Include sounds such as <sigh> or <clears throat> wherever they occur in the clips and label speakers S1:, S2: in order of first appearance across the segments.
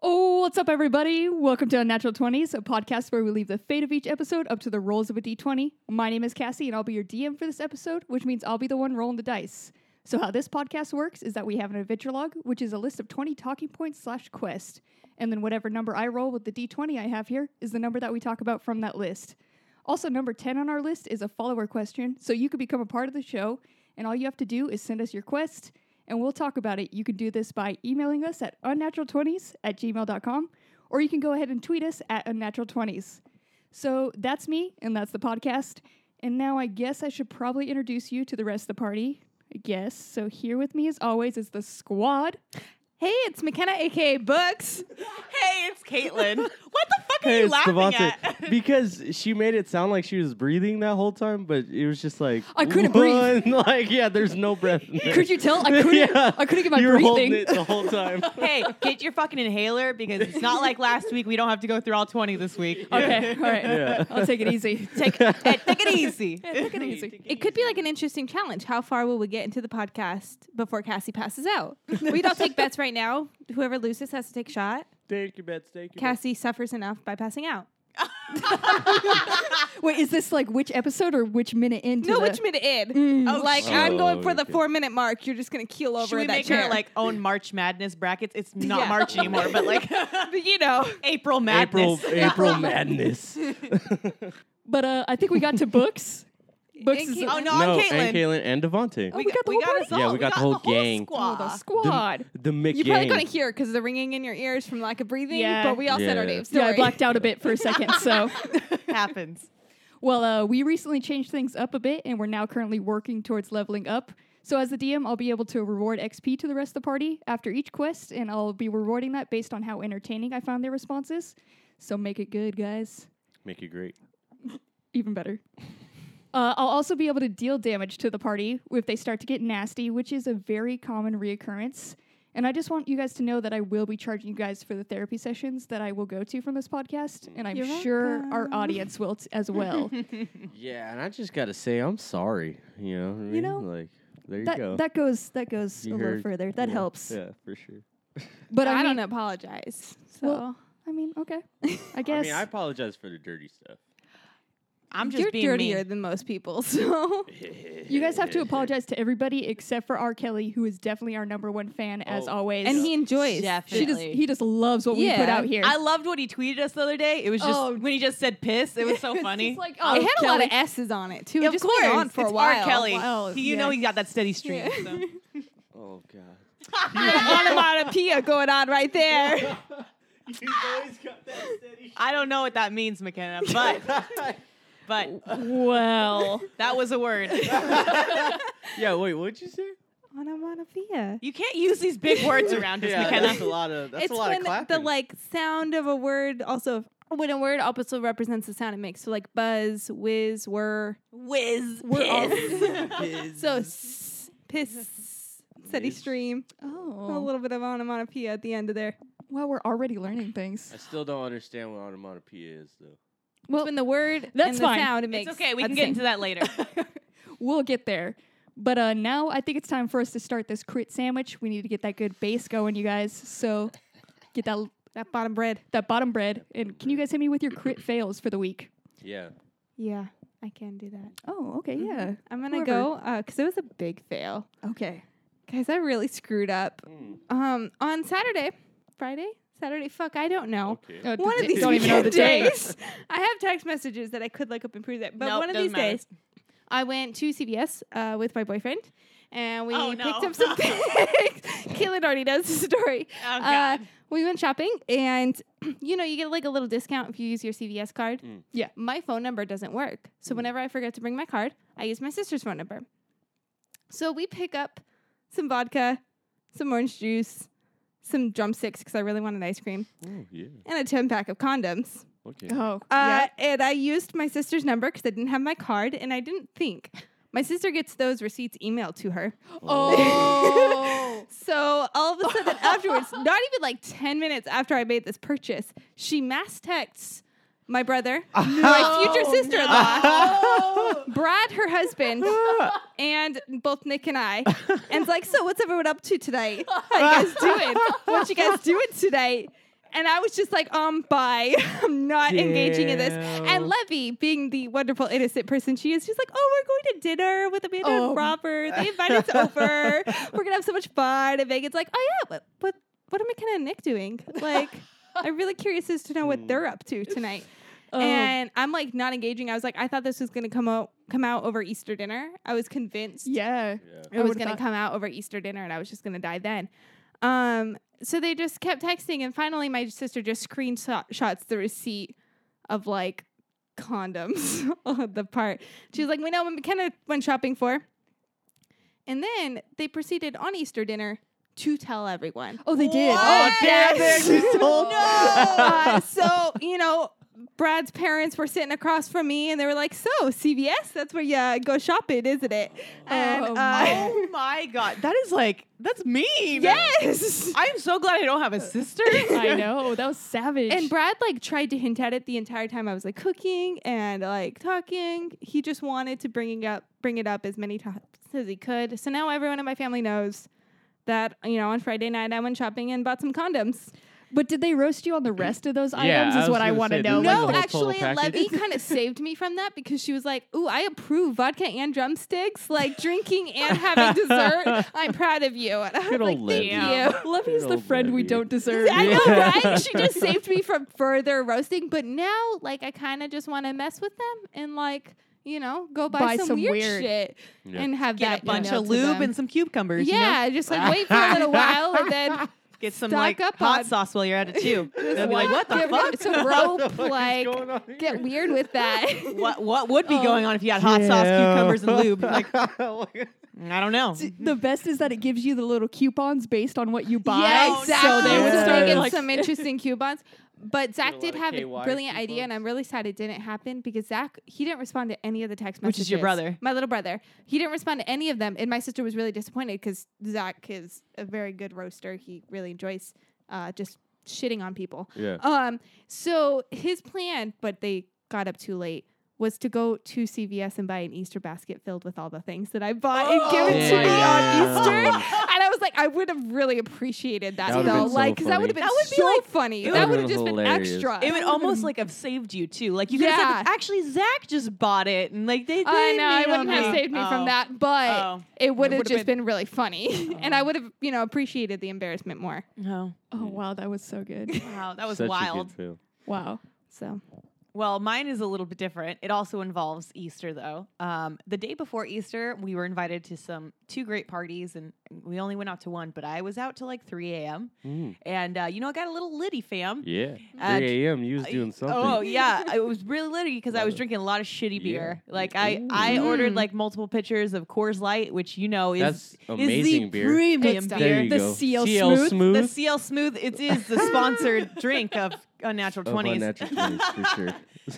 S1: Oh, What's up, everybody? Welcome to Unnatural 20s, a podcast where we leave the fate of each episode up to the rolls of a d20. My name is Cassie, and I'll be your DM for this episode, which means I'll be the one rolling the dice. So, how this podcast works is that we have an adventure log, which is a list of 20 talking points slash quest. And then, whatever number I roll with the d20 I have here is the number that we talk about from that list. Also, number 10 on our list is a follower question, so you could become a part of the show. And all you have to do is send us your quest, and we'll talk about it. You can do this by emailing us at unnatural20s at gmail.com, or you can go ahead and tweet us at unnatural20s. So that's me, and that's the podcast. And now I guess I should probably introduce you to the rest of the party. I guess. So here with me, as always, is the squad.
S2: Hey, it's McKenna,
S3: <laughs>
S2: aka Books.
S4: Hey, it's Caitlin. what the fuck are
S3: Hey,
S4: you
S3: it's
S4: laughing
S3: Devontae.
S1: <laughs>
S4: at? <laughs>
S3: because she made it sound like she was breathing that whole time, but it was just like
S1: I couldn't breathe.
S3: one- <laughs> like yeah, there's no breath. In there.
S1: Could you tell? I couldn't.
S3: <laughs> Yeah.
S1: I couldn't get my
S3: you were holding
S1: breathing.
S3: it the whole time. <laughs>
S4: hey, get your fucking inhaler because it's not like last week. We don't have to go through all 20 this week.
S1: Okay, all right.
S3: Yeah.
S1: I'll take it easy.
S4: Take, hey, take it easy.
S1: take it easy.
S2: It could be like an interesting challenge. How far will we get into the podcast before Cassie
S1: <laughs>
S2: passes out? we don't take bets right now. Whoever loses has to take a shot.
S3: Take your bets. Take your bets.
S2: Cassie suffers enough by passing out.
S1: Wait, is this like which episode or which minute into?
S2: No,
S1: the-
S2: which minute in?
S1: Mm.
S2: Like
S3: shit.
S2: I'm going for the
S3: Oh, Okay.
S2: four minute mark. You're just gonna keel over
S4: Should we
S2: that
S4: make
S2: chair.
S4: her like own March Madness brackets? It's not
S2: Yeah.
S4: March anymore, but like
S2: But, <laughs> you know,
S4: April
S3: April
S4: Madness.
S1: <laughs>
S3: April Madness.
S1: But uh, I think we got to books. Books
S2: And
S1: is
S2: Ca-
S4: Oh, no,
S3: no,
S4: I'm Caitlin.
S3: and Caitlin and Devontae.
S1: we got the whole party?
S4: us all.
S3: Yeah, we got the whole gang.
S1: Oh, the
S4: squad.
S1: squad.
S3: The, the Mick
S2: you probably
S3: gang.
S2: couldn't hear because the ringing in your ears from lack of breathing.
S1: Yeah.
S2: But we all said our
S3: Yeah.
S2: names.
S1: yeah, I
S2: Sorry.
S1: blacked out a bit for a second. So,
S4: Happens.
S1: well, uh, we recently changed things up a bit, and we're now currently working towards leveling up. So, as the DM, I'll be able to reward XP to the rest of the party after each quest, and I'll be rewarding that based on how entertaining I found their responses. So, make it good, guys.
S3: Make it great.
S1: Even better. Uh, I'll also be able to deal damage to the party if they start to get nasty, which is a very common reoccurrence. And I just want you guys to know that I will be charging you guys for the therapy sessions that I will go to from this podcast, and I'm
S2: You're
S1: sure our
S2: welcome.
S1: audience will t- as
S2: <laughs>
S1: well.
S3: Yeah, and I just gotta say I'm sorry. You know. What I mean?
S1: know,
S3: like there you
S1: that
S3: go.
S1: that goes that goes
S3: You
S1: a little
S3: heard-
S1: further. That
S3: yeah,
S1: helps.
S3: Yeah, for sure.
S1: But
S2: I,
S1: I,
S2: don't
S1: mean,
S2: apologize. So
S1: Well, I mean,
S2: <laughs>
S1: okay, I guess.
S3: I mean, I apologize for the dirty stuff.
S4: I'm just
S2: you're
S4: being
S2: dirtier
S4: mean.
S2: than most people. <laughs> So
S1: you
S3: <laughs>
S1: guys have to apologize to everybody except for R. Kelly, who is definitely our number one fan as
S3: Oh.
S1: always.
S2: and he enjoys.
S1: she just he just loves what we put
S2: Yeah.
S1: out here.
S4: I loved what he tweeted us the other day. It was just
S1: Oh.
S4: when he just said piss. It was so funny.
S1: It's like,
S2: It
S1: oh,
S2: had a lot
S1: Kelly.
S2: of S's on it too.
S4: Yeah,
S2: it just went on for
S4: it's
S2: a while.
S4: R. Kelly.
S1: Wow,
S4: He- you know
S1: yeah.
S4: he got that steady stream. so.
S3: Oh God.
S2: <laughs> onomatopoeia going on right
S3: <laughs>
S2: there.
S3: You always got that steady
S4: I don't know what that means,
S3: <laughs>
S4: McKenna, but but
S1: Well,
S4: that was a word.
S3: <laughs> Yeah, wait, what'd you say?
S2: <laughs> onomatopoeia.
S4: You can't use these big words around us,
S3: that's a
S4: McKenna.
S3: lot of that's
S2: it's
S3: a lot
S2: when
S3: of clapping.
S2: the
S4: <laughs>
S3: <laughs>
S2: like sound of a word also when a word also represents the sound it makes. So like buzz, whiz, whir.
S4: Whiz.
S2: We're
S3: <laughs>
S2: all-
S3: Biz.
S2: So s- piss, steady
S3: Whiz.
S2: stream. A
S1: oh,
S2: little bit of onomatopoeia at the end of there.
S1: well, we're already learning things.
S3: I still don't understand what onomatopoeia is though.
S2: Well, when the word
S1: that's
S2: and the
S1: fine.
S2: sound it
S4: It's
S2: makes.
S4: okay. We
S2: are
S4: can
S2: the
S4: get
S2: same.
S4: into that
S2: <laughs>
S4: later. Oh,
S1: We'll get there. But uh, now I think it's time for us to start this crit sandwich. We need to get that good base going, you guys. So get that
S2: that bottom bread.
S1: that bottom bread. And can you guys hit me with your crit fails for the week?
S3: Yeah.
S2: Yeah, I can do that.
S1: Oh, okay, yeah.
S2: I'm gonna
S1: Whoever.
S2: go because it was a big fail.
S1: Okay.
S2: Guys, I really screwed up. Um, on Saturday, Friday, Saturday, fuck, I don't know.
S3: Okay.
S1: Oh,
S2: One
S1: d-
S2: of these
S1: don't even know the
S2: weekend
S1: days.
S2: I have text messages that I could look up and prove that, but
S4: Nope,
S2: one of
S4: doesn't
S2: these
S4: matter.
S2: days, I went to CVS uh, with my boyfriend, and we
S4: Oh,
S2: picked
S4: no.
S2: up some things. Caitlin already knows the story.
S4: Oh,
S2: Uh,
S4: God.
S2: we went shopping, and <clears throat> you know, you get like a little discount if you use your CVS card.
S3: Mm.
S1: Yeah.
S2: My phone number doesn't work. So
S4: Mm.
S2: whenever I forget to bring my card, I use my sister's phone number. So we pick up some vodka, some orange juice, some drumsticks because I really wanted ice cream,
S3: Oh yeah.
S2: and a 10 pack of condoms.
S3: Okay.
S1: <laughs> Oh,
S2: Uh, And I used my sister's number because I didn't have my card and I didn't think. My sister gets those receipts emailed to her.
S1: Oh.
S2: So all of a sudden, afterwards, not even like 10 minutes after I made this purchase, she mass texts my brother, my future sister in law, <laughs> Brad, her husband, and both Nick and I. And it's like, so what's everyone up to tonight? How you guys doing? What you guys doing tonight? And I was just like, um, bye. <laughs> I'm not engaging in this.
S3: Damn.
S2: And Levy, being the wonderful, innocent person she is, she's like, oh, we're going to dinner with Amanda
S1: Oh.
S2: and Robert. They invited us over. We're going to have so much fun. And Megan's like, oh, yeah, but what, what are McKenna and Nick doing? Like, I'm really curious as to know what they're up to tonight.
S1: Oh.
S2: And I'm like not engaging. I was like, I thought this was gonna come out come out over Easter dinner. I was
S1: <laughs>
S2: convinced
S1: yeah. I
S2: it was
S1: would've
S2: gonna
S1: thought-
S2: come out over Easter dinner, and I was just gonna die then. Um, so they just kept texting, and finally, my sister just screenshots the receipt of like condoms <laughs> on the part. She was like, "We know what McKenna went shopping for," and then they proceeded on Easter dinner to tell everyone.
S1: Oh, they did.
S3: Oh,
S1: Oh,
S3: damn it! <laughs>
S4: <laughs>
S3: She told
S2: <laughs> Uh, so you know. Brad's parents were sitting across from me, and they were like, "So CVS, that's where you go shopping, isn't it?" And
S1: Oh,
S2: uh,
S4: Oh my god, that is like that's mean.
S2: yes,
S4: I'm so glad I don't have a
S3: <laughs>
S4: sister.
S1: <laughs> I know. That was savage.
S2: And Brad like tried to hint at it the entire time I was like cooking and like talking. He just wanted to bring it up, bring it up as many times as he could. So now everyone in my family knows that you know on Friday night I went shopping and bought some condoms.
S1: but did they roast you on the rest of those items?
S3: I
S1: Is
S3: was
S1: what I
S3: gonna
S1: want to
S3: say,
S1: know.
S3: did they
S1: Oh, Like,
S3: the
S2: No,
S3: whole total
S2: actually,
S3: package?
S2: Levy <laughs> kind of saved me from that because she was like, "Ooh, I approve vodka and drumsticks, like drinking and having dessert. I'm proud of you." And I was
S3: Good
S2: like,
S3: old
S4: Levy.
S2: "Thank you."
S1: Lovey's
S3: Good
S1: the
S3: old
S1: friend we
S3: Levy.
S1: don't deserve. <laughs>
S2: I
S3: Yeah.
S2: know,
S3: <laughs>
S2: right? She just saved me from further roasting. But now, like, I kind of just want to mess with them and, like, you know, go buy,
S1: Buy
S2: some,
S1: some
S2: weird,
S1: weird-
S2: shit
S3: Yeah.
S2: and have
S4: Get
S2: that
S4: a bunch
S2: you know,
S4: of
S2: to
S4: lube
S2: them.
S4: and some cucumber. you know?
S2: yeah, just like wait for
S4: <laughs>
S2: a little while and then
S4: Get some
S2: Stock
S4: like
S2: up
S4: hot
S2: on-
S4: sauce while
S2: <laughs>
S4: you're at it too. They'll be like, <laughs> what the
S2: get
S4: fuck?
S2: rid- some
S3: What the
S4: Oh,
S2: rope,
S3: fuck is
S2: like
S3: going on here?
S2: get weird with that.
S4: <laughs>
S2: <laughs>
S4: What what would be
S2: Oh.
S4: going on if you had hot sauce,
S3: Yeah.
S4: cucumbers, and
S3: <laughs>
S4: lube? Like I don't know.
S1: The best is that it gives you the little coupons based on what you buy.
S2: Yeah,
S4: Oh,
S2: exactly.
S1: So they would
S3: Yeah.
S1: start
S2: get
S1: like,
S2: some interesting coupons. But Zach
S3: a lot
S2: did
S3: of
S2: have a
S3: KY
S2: brilliant idea, and
S3: coupons.
S2: I'm really sad it didn't happen because Zach he didn't respond to any of the text messages.
S4: Which is your brother.
S2: my little brother. He didn't respond to any of them, and my sister was really disappointed because Zach is a very good roaster. He really enjoys uh, just shitting on people.
S4: <laughs> Oh,
S3: Yeah.
S2: Um. So his plan, but they got up too late. Was to go to CVS and buy an Easter basket filled with all the things that I bought and give it
S3: Oh,
S2: to me on Easter.
S3: Damn.
S2: And I was like, I would have really appreciated that,
S3: That would've
S2: though.
S3: been so
S2: like, because that
S3: funny.
S2: would have been
S4: That would be,
S2: so
S4: like-
S2: funny.
S4: it
S2: that
S3: would've
S2: would have
S3: been
S2: just
S3: hilarious.
S2: been extra.
S4: It would <laughs> almost like have saved you too. Like you could have
S2: Yeah.
S4: said, actually Zach just bought it, and like they.
S2: I
S4: they
S2: know. It
S4: made
S2: wouldn't
S4: on
S2: have saved me
S4: Oh.
S2: from that, but
S4: Oh.
S2: it would have
S4: would've
S2: just been, really funny, <laughs> and I would have, you know, appreciated the embarrassment more.
S4: Oh
S1: oh wow, that was so
S2: <laughs>
S1: good.
S4: wow, that was
S3: Such a good
S4: wild.
S3: film.
S1: Wow.
S2: So
S4: Well, mine is a little bit different. It also involves Easter, though. Um, the day before Easter, we were invited to some two great parties, and we only went out to one. But I was out till like 3 a.m.
S3: Mm.
S4: and uh, you know I got a little litty, fam.
S3: Yeah.
S4: Uh,
S3: 3 a.m. You was doing something.
S4: Oh yeah, I was really litty because I
S3: Love
S4: was
S3: it.
S4: drinking a lot of shitty
S3: Yeah.
S4: beer. Like I,
S3: Ooh.
S4: I
S2: Mm.
S4: ordered like multiple pitchers of Coors Light, which you know is
S3: That's
S4: is the
S3: amazing beer.
S4: premium
S2: Good stuff.
S3: there you
S1: The
S4: beer.
S3: go.
S1: CL Smooth.
S3: CL
S4: The,
S3: Smooth.
S4: CL Smooth, it is the
S3: <laughs>
S4: sponsored drink of Unnatural
S3: of
S4: Twenties. <laughs>
S3: unnatural 20s, for sure.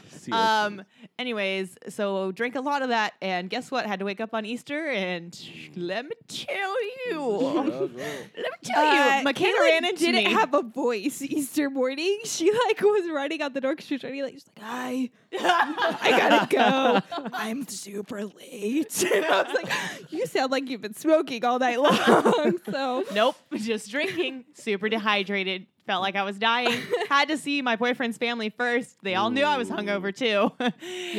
S3: <laughs> CL
S4: Um. Anyways, so drank a lot of that, and guess what? Had to wake up on Easter, and let me tell you,
S3: Smooth.
S4: let me tell you, McKenna ran into
S2: Uh, didn't
S4: me.
S2: have a voice Easter morning. <laughs> She like was running out the door because she was running like she's like, "Hi, I gotta go. <laughs> I'm super late." <laughs> And I was like, "You sound like you've been smoking all night long." <laughs> So
S4: nope, <laughs> just drinking. Super dehydrated. Felt like I was <laughs> dying. Had to see my boyfriend's family first. They all knew I was hungover too.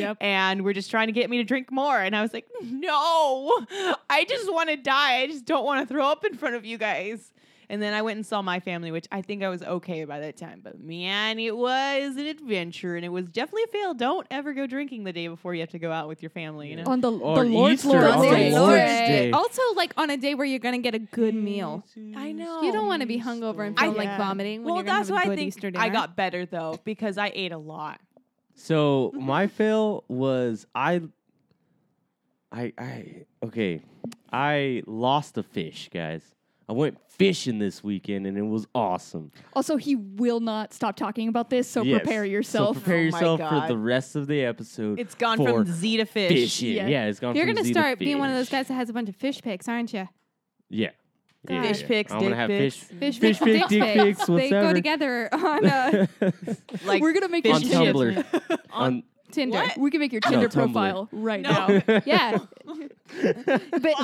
S1: Yep.
S4: <laughs> And were just trying to get me to drink more, and I was like, no, I just want to die. I just don't want to throw up in front of you guys. And then I went and saw my family, which I think I was okay by that time. But man, it was an adventure, and it was definitely a fail. Don't ever go drinking the day before you have to go out with your family. You know.
S1: On the, the
S3: Or
S1: Lord's
S3: Easter
S1: Lord's
S3: on the
S1: Day.
S3: Lord's Lord. Day.
S2: Also, like on a day where you're gonna get a good meal,
S4: I know.
S2: you don't want to be hungover and feel
S4: I-
S2: like
S4: Yeah.
S2: vomiting.
S4: well,
S2: When you're gonna
S4: that's
S2: have a
S4: why I
S2: good
S4: think
S2: Easter
S4: I
S2: dinner.
S4: got better though because I ate a lot.
S3: So my fail was I, I, I okay, I lost a fish, guys. I went fishing this weekend and it was awesome.
S1: Also, he will not stop talking about this, so
S3: Yes.
S1: prepare
S3: So
S1: yourself.
S3: prepare
S4: Oh my
S3: yourself for
S4: God.
S3: the rest of the episode.
S4: It's gone
S3: for
S4: from Z to fish.
S3: fishing.
S1: Yeah.
S3: Yeah. it's gone.
S2: You're
S3: from
S2: gonna
S3: Z
S2: start
S3: to
S2: being one of those
S3: fish.
S2: guys that has a bunch of fish pics, aren't you?
S3: Yeah. Yeah,
S2: God.
S3: yeah,
S4: Fish
S3: yeah.
S4: pics,
S3: I'm gonna
S4: dick
S3: have
S4: pics.
S3: <laughs> fish.
S2: Fish,
S3: Fish
S2: pics, dick
S3: pics, dick pics,
S2: They go
S3: whatever.
S2: together
S3: <laughs>
S2: on uh,
S4: Like
S1: We're gonna make
S4: fish
S1: your
S3: on
S4: and
S1: Tumblr.
S4: chips.
S1: <laughs>
S3: Tumblr. on
S2: Tinder.
S4: What?
S1: We can make your Tinder
S3: Tumblr.
S1: profile right
S4: No.
S1: now.
S2: Yeah, <laughs> but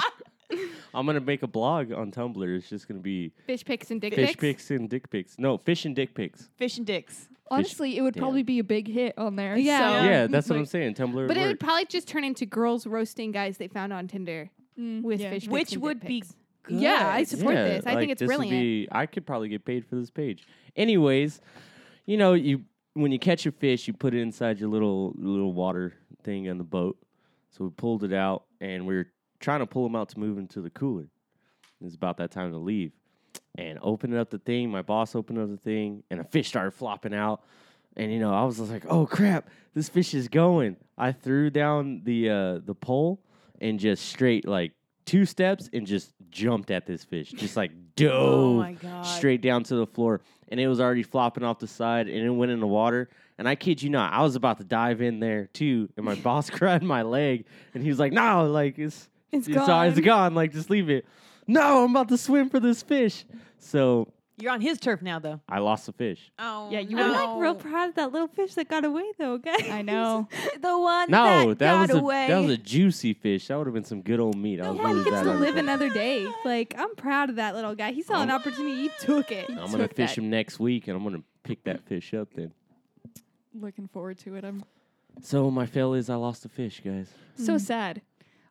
S3: I'm gonna make a blog on Tumblr. It's just gonna be
S2: Fish pics and dick
S3: fish
S2: pics.
S3: pics and dick pics. No, fish and dick pics.
S4: Fish and dicks.
S1: Honestly, it would
S3: yeah.
S1: probably be a big hit on there.
S2: Yeah.
S1: so-
S2: Um,
S3: yeah, that's what I'm saying. Tumblr. would
S2: But it
S3: work.
S2: would probably just turn into girls roasting guys they found on Tinder
S1: Mm,
S2: with
S1: yeah.
S2: fish pics
S4: Which
S2: and dick
S4: would be
S2: pics. Yeah, I
S4: good.
S2: support
S3: Yeah,
S2: this. I
S3: like,
S2: think it's
S3: this would be-
S2: brilliant.
S3: I could probably get paid for this page. Anyways, you know, you when you catch a fish, you put it inside your little little water thing on the boat. So we pulled it out, and we were trying to pull them out to move into the cooler. It's about that time to leave, and opening up the thing. My boss opened up the thing, and a fish started flopping out. And you know, I was just like, "Oh crap, this fish is going!" I threw down the uh, the pole and just straight like two steps and just jumped at this fish, just like dove
S4: Oh my God.
S3: straight down to the floor, and it was already flopping off the side, and it went in the water. And I kid you not, I was about to dive in there too, and my <laughs> boss grabbed my leg, and he was like, "No, like it's
S2: It's
S3: it's gone, like just leave it." No, I'm about to swim for this fish. So
S4: You're on his turf now, though.
S3: I lost the fish.
S4: Oh,
S1: Yeah, you
S2: I'm
S1: would've-
S4: <laughs>
S2: like real proud of that little fish that got away though, guys.
S1: I know.
S2: <laughs> the one
S3: No,
S2: that,
S3: that,
S2: got
S3: was a
S2: away.
S3: that was a juicy fish. That would have been some good old meat. I was
S2: yeah, he
S3: lose
S2: gets
S3: that
S2: to
S3: out of
S2: live
S3: there.
S2: another day. Like I'm proud of that little guy. He
S3: Oh.
S2: saw an opportunity. He took it.
S3: I'm gonna
S1: took
S3: fish
S1: that.
S3: him next week, and I'm gonna pick that fish up then.
S1: Looking forward to it. I'm
S3: So my fail is I lost the fish, guys.
S1: so
S2: Hmm.
S1: sad.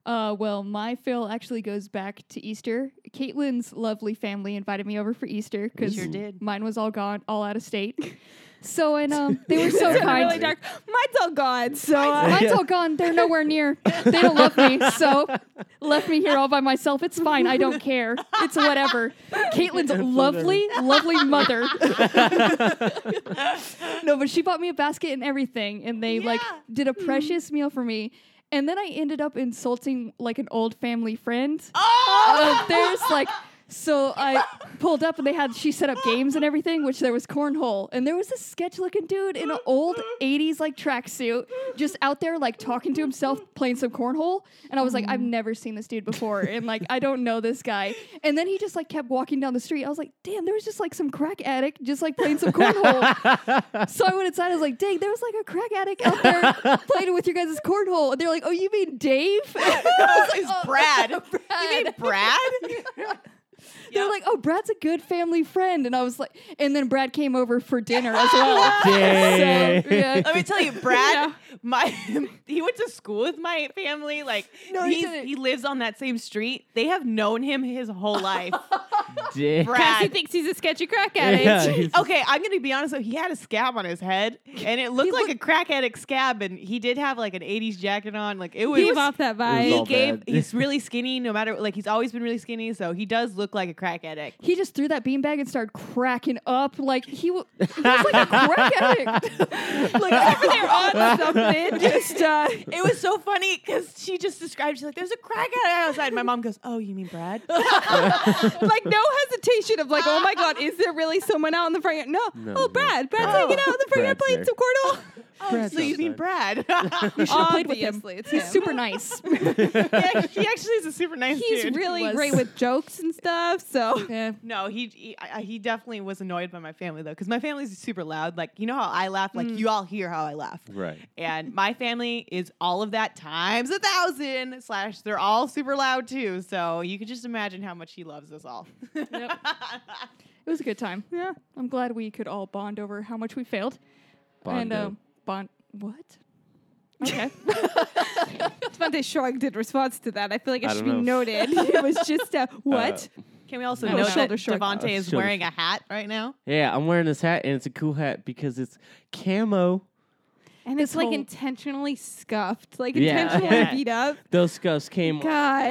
S1: Uh, well, my fail actually goes back to Easter. Caitlin's lovely family invited me over for Easter because
S3: sure
S4: did.
S1: mine was all gone, all out of state. <laughs> So and um, they
S2: <laughs>
S1: were so kind.
S2: <laughs> really dark. Mine's all gone. So uh,
S1: Mine's all gone. They're nowhere near. They don't love me. So left me here all by myself. It's fine. I don't care. It's whatever. Caitlin's lovely, lovely mother. no, but she bought me a basket and everything, and they like did a precious meal for me. And then I ended up insulting like an old family friend of theirs. Like, so I pulled up and they had, she set up games and everything, which there was cornhole. And there was this sketch looking dude in an old 80s like tracksuit just out there like talking to himself playing some cornhole. And I was like, I've never seen this dude before. And like, I don't know this guy. And then he just like kept walking down the street. I was like, damn, there was just like some crack addict just like playing some cornhole. So I went inside. I was like, "Dang, there was like a crack addict out there playing with your guys' cornhole." And they're like, "Oh, you mean Dave?"
S4: it's Brad. You mean Brad? <laughs>
S1: They're like, "Oh, Brad's a good family friend." And I was like, and then Brad came over for dinner as well.
S3: Dang.
S1: So, yeah.
S4: Let me tell you, Brad. My <laughs> he went to school with my family. Like
S1: No, he
S4: he's-
S1: didn't.
S4: he lives on that same street. They have known him his <laughs> whole life.
S3: <laughs> Dang.
S2: Cassie
S4: Brad.
S2: thinks he's a sketchy crack addict.
S3: Yeah, he's-
S4: Okay, I'm gonna be honest. though. He had a scab on his head, and it looked like a crack addict scab. And he did have like an '80s jacket on. Like it was.
S2: Leave off that
S3: It was
S2: vibe.
S3: all
S4: he gave.
S3: bad. <laughs>
S4: He's really skinny. No matter like he's always been really skinny, so he does look like a crack addict.
S1: He just threw that beanbag and started cracking up like he, w- he was like a crack addict.
S2: like over
S3: <laughs>
S2: there on something. Just uh,
S4: It was so funny because she just described. She's like, "There's a crack addict outside." My mom goes, "Oh, you mean <laughs> Brad?"
S2: like no hesitation of like, oh my god, is there really someone out in the front yard? No.
S3: No,
S2: oh,
S3: no.
S2: Brad. Brad's
S3: Brad.
S2: hanging out in the front yard
S3: Brad's
S2: playing
S3: there.
S2: some <laughs> cornhole.
S4: oh, so you mean Brad? <laughs>
S1: You should have played with him.
S2: Obviously, it's
S1: He's
S2: him.
S1: super nice.
S3: <laughs>
S4: yeah, Oh, he actually is a super nice
S2: He's
S4: dude.
S2: really
S1: was.
S2: great with jokes and stuff. <laughs> So
S1: yeah.
S4: no, he he, I, I- he definitely was annoyed by my family though, because my family's super loud. Like you know how I laugh, like you all hear how I laugh,
S3: Right.
S4: And my family is all of that times a thousand. Slash, they're all super loud too, so you can just imagine how much he loves us all. <laughs>
S1: It was a good time.
S2: yeah.
S1: I'm glad we could all bond over how much we failed. And
S3: Bondo.
S1: uh,
S2: um,
S1: bond what? Okay.
S2: Devante shrugged in response to that. I feel like it
S3: I
S2: should be
S3: don't know.
S2: <laughs>
S3: Uh,
S2: noted. it was just a what?
S4: Can we also
S2: No,
S4: know that
S2: shoulder shrug.
S4: Devante is
S3: Shoulder
S4: wearing a hat right now?
S3: yeah, I'm wearing this hat, and it's a cool hat because it's camo.
S2: and it's
S1: this
S2: like
S1: whole-
S2: intentionally scuffed, like
S3: Yeah. <laughs>
S2: intentionally
S3: Yeah.
S2: beat up.
S3: Those scuffs came. I
S2: <laughs>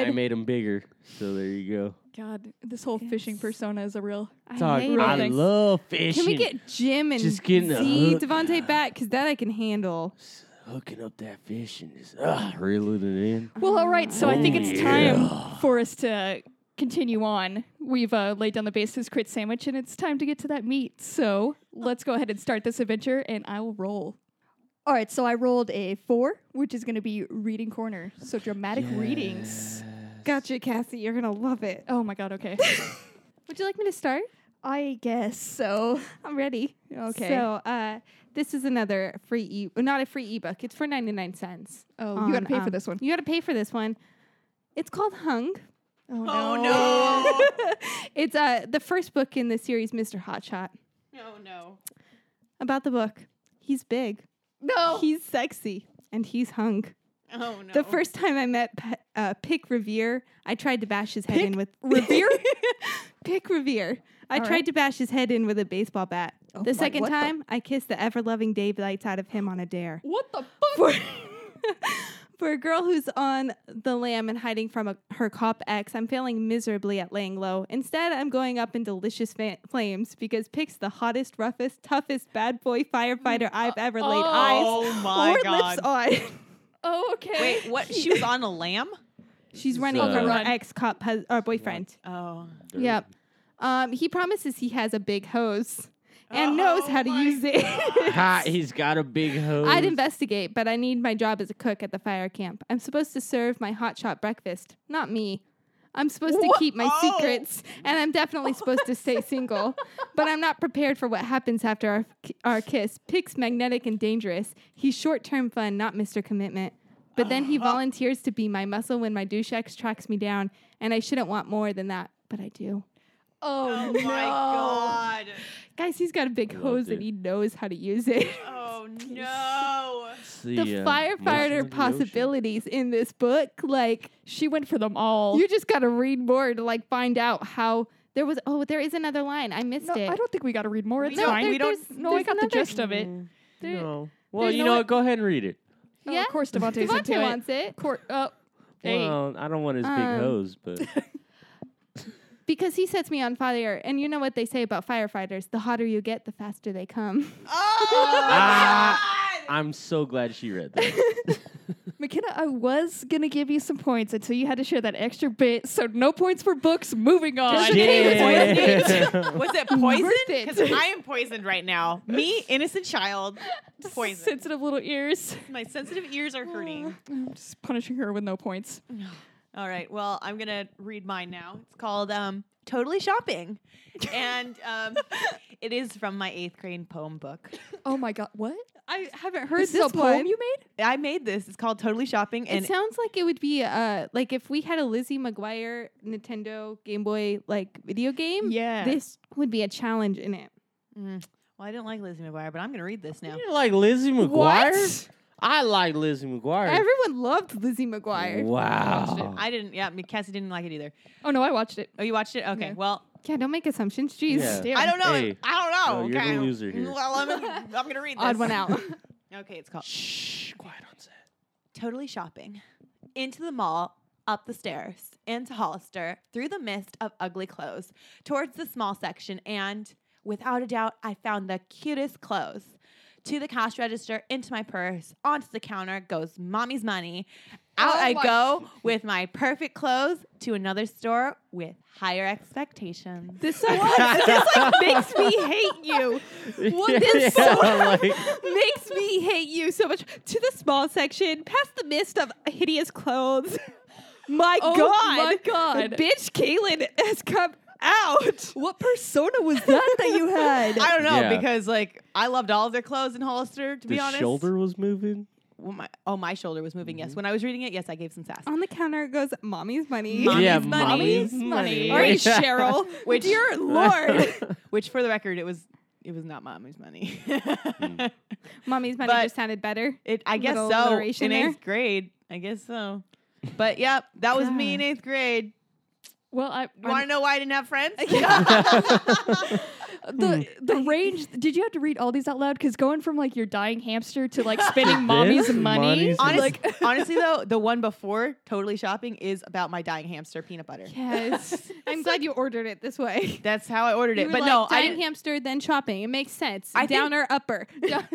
S2: God.
S3: made them bigger. So there you go.
S1: God, this whole fishing persona is a real.
S3: Dog,
S2: hate
S3: I
S2: it.
S3: love fishing.
S2: Can we get Jim and
S3: Just getting a
S2: Z
S3: hook.
S2: Devontae back? Because that I can handle.
S3: hooking up that fish and just uh, reeling it in?
S1: Well, all right. So I think
S3: Oh,
S1: it's
S3: yeah.
S1: time for us to continue on. We've uh, laid down the basis crit sandwich, and it's time to get to that meat. So let's go ahead and start this adventure, and I will roll. All right. So I rolled a four, which is going to be reading corner. So dramatic readings.
S2: Gotcha, Cassie. You're gonna love it.
S1: Oh my God. Okay.
S2: Would you like me to start?
S1: I guess so.
S2: I'm ready.
S1: Okay.
S2: So uh, this is another free e well, not a free ebook. It's for 99 cents. um,
S1: Oh, you gotta Oh, pay for this one.
S2: You got to pay for this one. It's called Hung. Oh no.
S4: Oh <laughs> no.
S2: <laughs> it's uh, the first book in the series, Mr. Hotshot.
S4: no, Oh, no.
S2: About the book, he's big,
S1: No.
S2: he's sexy, and he's hung.
S4: Oh no.
S2: The first time I met P- uh, Pick Revere, I tried to bash his head in with
S1: <laughs> Revere?
S2: <laughs> Pick Revere. I
S1: All
S2: tried
S1: right.
S2: to bash his head in with a baseball bat.
S1: Oh my-
S2: the second
S1: what the-
S2: time, I kissed the ever-loving daylights out of him on a dare.
S1: What <laughs> the fuck?
S2: for for a girl who's on the lam and hiding from a, her cop ex, I'm failing miserably at laying low. Instead, I'm going up in delicious fa- flames because Pick's the hottest, roughest, toughest bad boy
S1: Mm,
S2: firefighter I've ever
S1: uh,
S2: laid eyes
S4: Oh my
S2: or
S4: god.
S2: lips on. <laughs>
S1: Oh, okay.
S4: Wait, what? She was on a lamb?
S2: She's running
S3: So-
S2: from her
S1: Overrun.
S2: ex cop hus- or boyfriend.
S4: Oh.
S2: Yep. Um, he promises he has a big hose and knows
S4: Oh
S2: how to
S4: my
S2: use it. <laughs>
S3: Ha, he's got a big hose.
S2: I'd investigate, but I need my job as a cook at the fire camp. I'm supposed to serve my hotshot breakfast, not me. I'm supposed to keep my
S4: Whoa.
S2: secrets, and I'm definitely supposed to stay single.
S4: <laughs>
S2: But I'm not prepared for what happens after our, our kiss. Pick's magnetic and dangerous. He's short term fun, not Mr. Commitment. But then
S4: Uh-huh.
S2: he volunteers to be my muscle when my douche ex tracks me down, and I shouldn't want more than that, but I do.
S1: Oh,
S4: Oh
S1: no.
S4: my god.
S2: Guys, he's got a big
S3: Love
S2: hose
S3: it.
S2: and he knows how to use it. <laughs>
S4: Oh no.
S3: See,
S2: the
S3: uh, motion
S2: firefighter
S3: of the ocean.
S2: possibilities in this book. Like,
S1: She went for them all.
S2: you just got to read more to like find out how there was. Oh, there is another line. I missed
S1: no,
S2: it.
S1: I don't think we got to read more.
S4: We
S1: It's
S4: don't-
S1: fine.
S4: there- we don't-
S2: there's-
S1: no, I
S2: there's
S1: got the
S2: another-
S1: gist of it.
S3: Mm,
S2: there-
S3: no. Well,
S2: there's
S3: you
S2: no
S3: know
S2: one-
S3: what? Go ahead and read it.
S1: Oh,
S2: Yeah.
S1: of course, Devontae's
S2: Devontae
S1: into it.
S2: wants it
S1: Cor- uh, hey.
S3: Well, I don't want his
S2: Um,
S3: big hose,
S2: <laughs>
S3: but
S2: because he sets me on fire. And you know what they say about firefighters: the hotter you get, the faster they come.
S4: Oh
S3: Ah. I'm so glad she
S2: <laughs>
S3: read that.
S1: McKenna, I was gonna give you some points until you had to share that extra bit. So no points for books. Moving on.
S2: Just in case it's
S3: Yeah.
S4: <laughs> Was it poison?
S2: Worth it.
S4: Because I am poisoned right now.
S2: <laughs>
S4: Me, innocent child, poison.
S1: Sensitive little ears.
S4: My sensitive ears are hurting.
S2: <sighs>
S1: I'm just punishing her with no points.
S4: All right. Well, I'm gonna read mine now. It's called um, "Totally Shopping," and um,
S2: <laughs>
S4: it is from my eighth grade poem book.
S1: Oh my god, what?
S2: <laughs> I haven't heard
S1: this, is a poem you made?
S4: I made this. It's called "Totally Shopping," and
S2: It sounds like it would be uh like if we had a Lizzie McGuire Nintendo Game Boy like video game.
S1: Yeah.
S2: This would be a challenge in it. <laughs>
S4: Mm, well, I didn't like Lizzie McGuire, but I'm gonna read this now.
S3: you like Lizzie McGuire? I like Lizzie McGuire.
S2: Everyone loved Lizzie McGuire.
S3: wow.
S4: I didn't. Yeah, me- Cassie didn't like it either.
S1: Oh no, I watched it.
S4: Oh, you watched it? Okay.
S1: Yeah.
S4: Well,
S2: Yeah, don't make assumptions. Jeez.
S3: Yeah.
S1: Damn.
S4: I don't know.
S3: Hey.
S4: I don't know.
S3: No, you're the
S4: okay.
S3: loser here.
S4: Well, I'm,
S3: <laughs>
S4: I'm gonna read this.
S2: Odd one out.
S4: <laughs> Okay, it's called
S3: Shh, quiet on set.
S4: Totally shopping. Into the mall, up the stairs, into Hollister, through the mist of ugly clothes, towards the small section, and without a doubt, I found the cutest clothes. To the cash register, into my purse, onto the counter goes mommy's money. Out
S1: Oh
S4: I
S1: my-
S2: <laughs>
S4: go with my perfect clothes to another store with higher expectations.
S2: This <laughs> like, this like makes me hate you. What
S3: <laughs>
S2: is
S3: Yeah,
S2: so
S3: like,
S2: makes me hate you so much. To the small section, past the mist of hideous clothes. <laughs> My
S1: Oh
S2: God.
S1: my God.
S2: Bitch Kaylin has come out.
S1: <laughs> What persona was that that you <laughs>
S2: <laughs>
S1: had?
S4: I don't know
S3: Yeah.
S4: because like I loved all of their clothes in Hollister. To
S3: the
S4: be honest,
S3: shoulder Mm-hmm. was moving.
S4: Well, my, oh my shoulder was moving. Yes, when I was reading it, yes, I gave some sass.
S2: On the counter goes mommy's money.
S4: Mommy's
S3: yeah,
S4: money.
S3: mommy's
S1: money.
S3: <laughs> money.
S2: All right, Cheryl.
S3: <laughs>
S4: Which-
S2: Dear Lord.
S4: Which, for the record, it was it was not mommy's money.
S3: Mm.
S2: mommy's money
S4: But-
S2: just sounded better.
S4: <laughs> it, I guess
S2: Little
S4: so.
S2: alliteration
S4: In
S2: there.
S4: eighth grade, I guess so. But yeah, that was
S2: <sighs>
S4: me in eighth grade.
S1: well, I
S4: You want to know why I didn't have friends?
S2: <laughs>
S4: <laughs>
S1: the the range. Did you have to read all these out loud? Because going from like your dying hamster to like spending mommy's
S3: This
S1: money,
S3: money's-
S4: Honest,
S2: <laughs>
S1: like
S4: honestly, though, the one before totally shopping is about my dying hamster peanut butter.
S2: Yes. <laughs> I'm glad you ordered it this way.
S4: That's how I ordered
S2: You
S4: it.
S2: were
S4: But
S2: like,
S4: no, I
S2: dying
S4: didn't.
S2: hamster, then shopping. It makes sense.
S4: I think-
S2: Downer, <laughs> upper.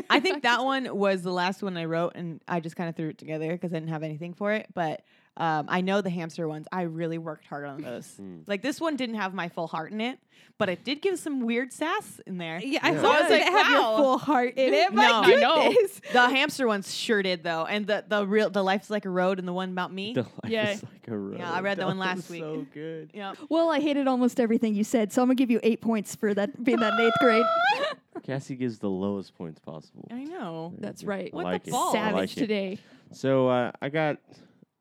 S4: I <laughs> think that one was the last one I wrote, and I just kind of threw it together because I didn't have anything for it. But um, I know the hamster ones. I really worked hard on those.
S3: Hmm.
S4: like this one didn't have my full heart in it, but it did give some weird sass in there.
S2: <laughs> Yeah, I
S3: Yeah.
S2: thought
S4: I
S2: it
S4: was
S2: didn't
S4: like,
S2: have
S4: wow.
S2: your full heart in it. My
S4: No, I know.
S2: goodness.
S3: <laughs>
S4: The hamster ones sure did though, and the the real the life's like a road, and the one about me.
S3: The life
S1: Yeah.
S3: is like a road.
S4: I
S3: <laughs>
S4: read that one
S3: was
S4: last week.
S3: So good.
S4: Yep.
S1: Well, I hated almost everything you said, so I'm gonna give you eight points for that being that in eighth grade.
S3: Cassie gives the lowest points possible.
S4: I know.
S1: That's right.
S3: I
S4: What the
S3: like it.
S4: balls?
S3: I
S1: Savage
S3: like it.
S1: today.
S3: So uh, I got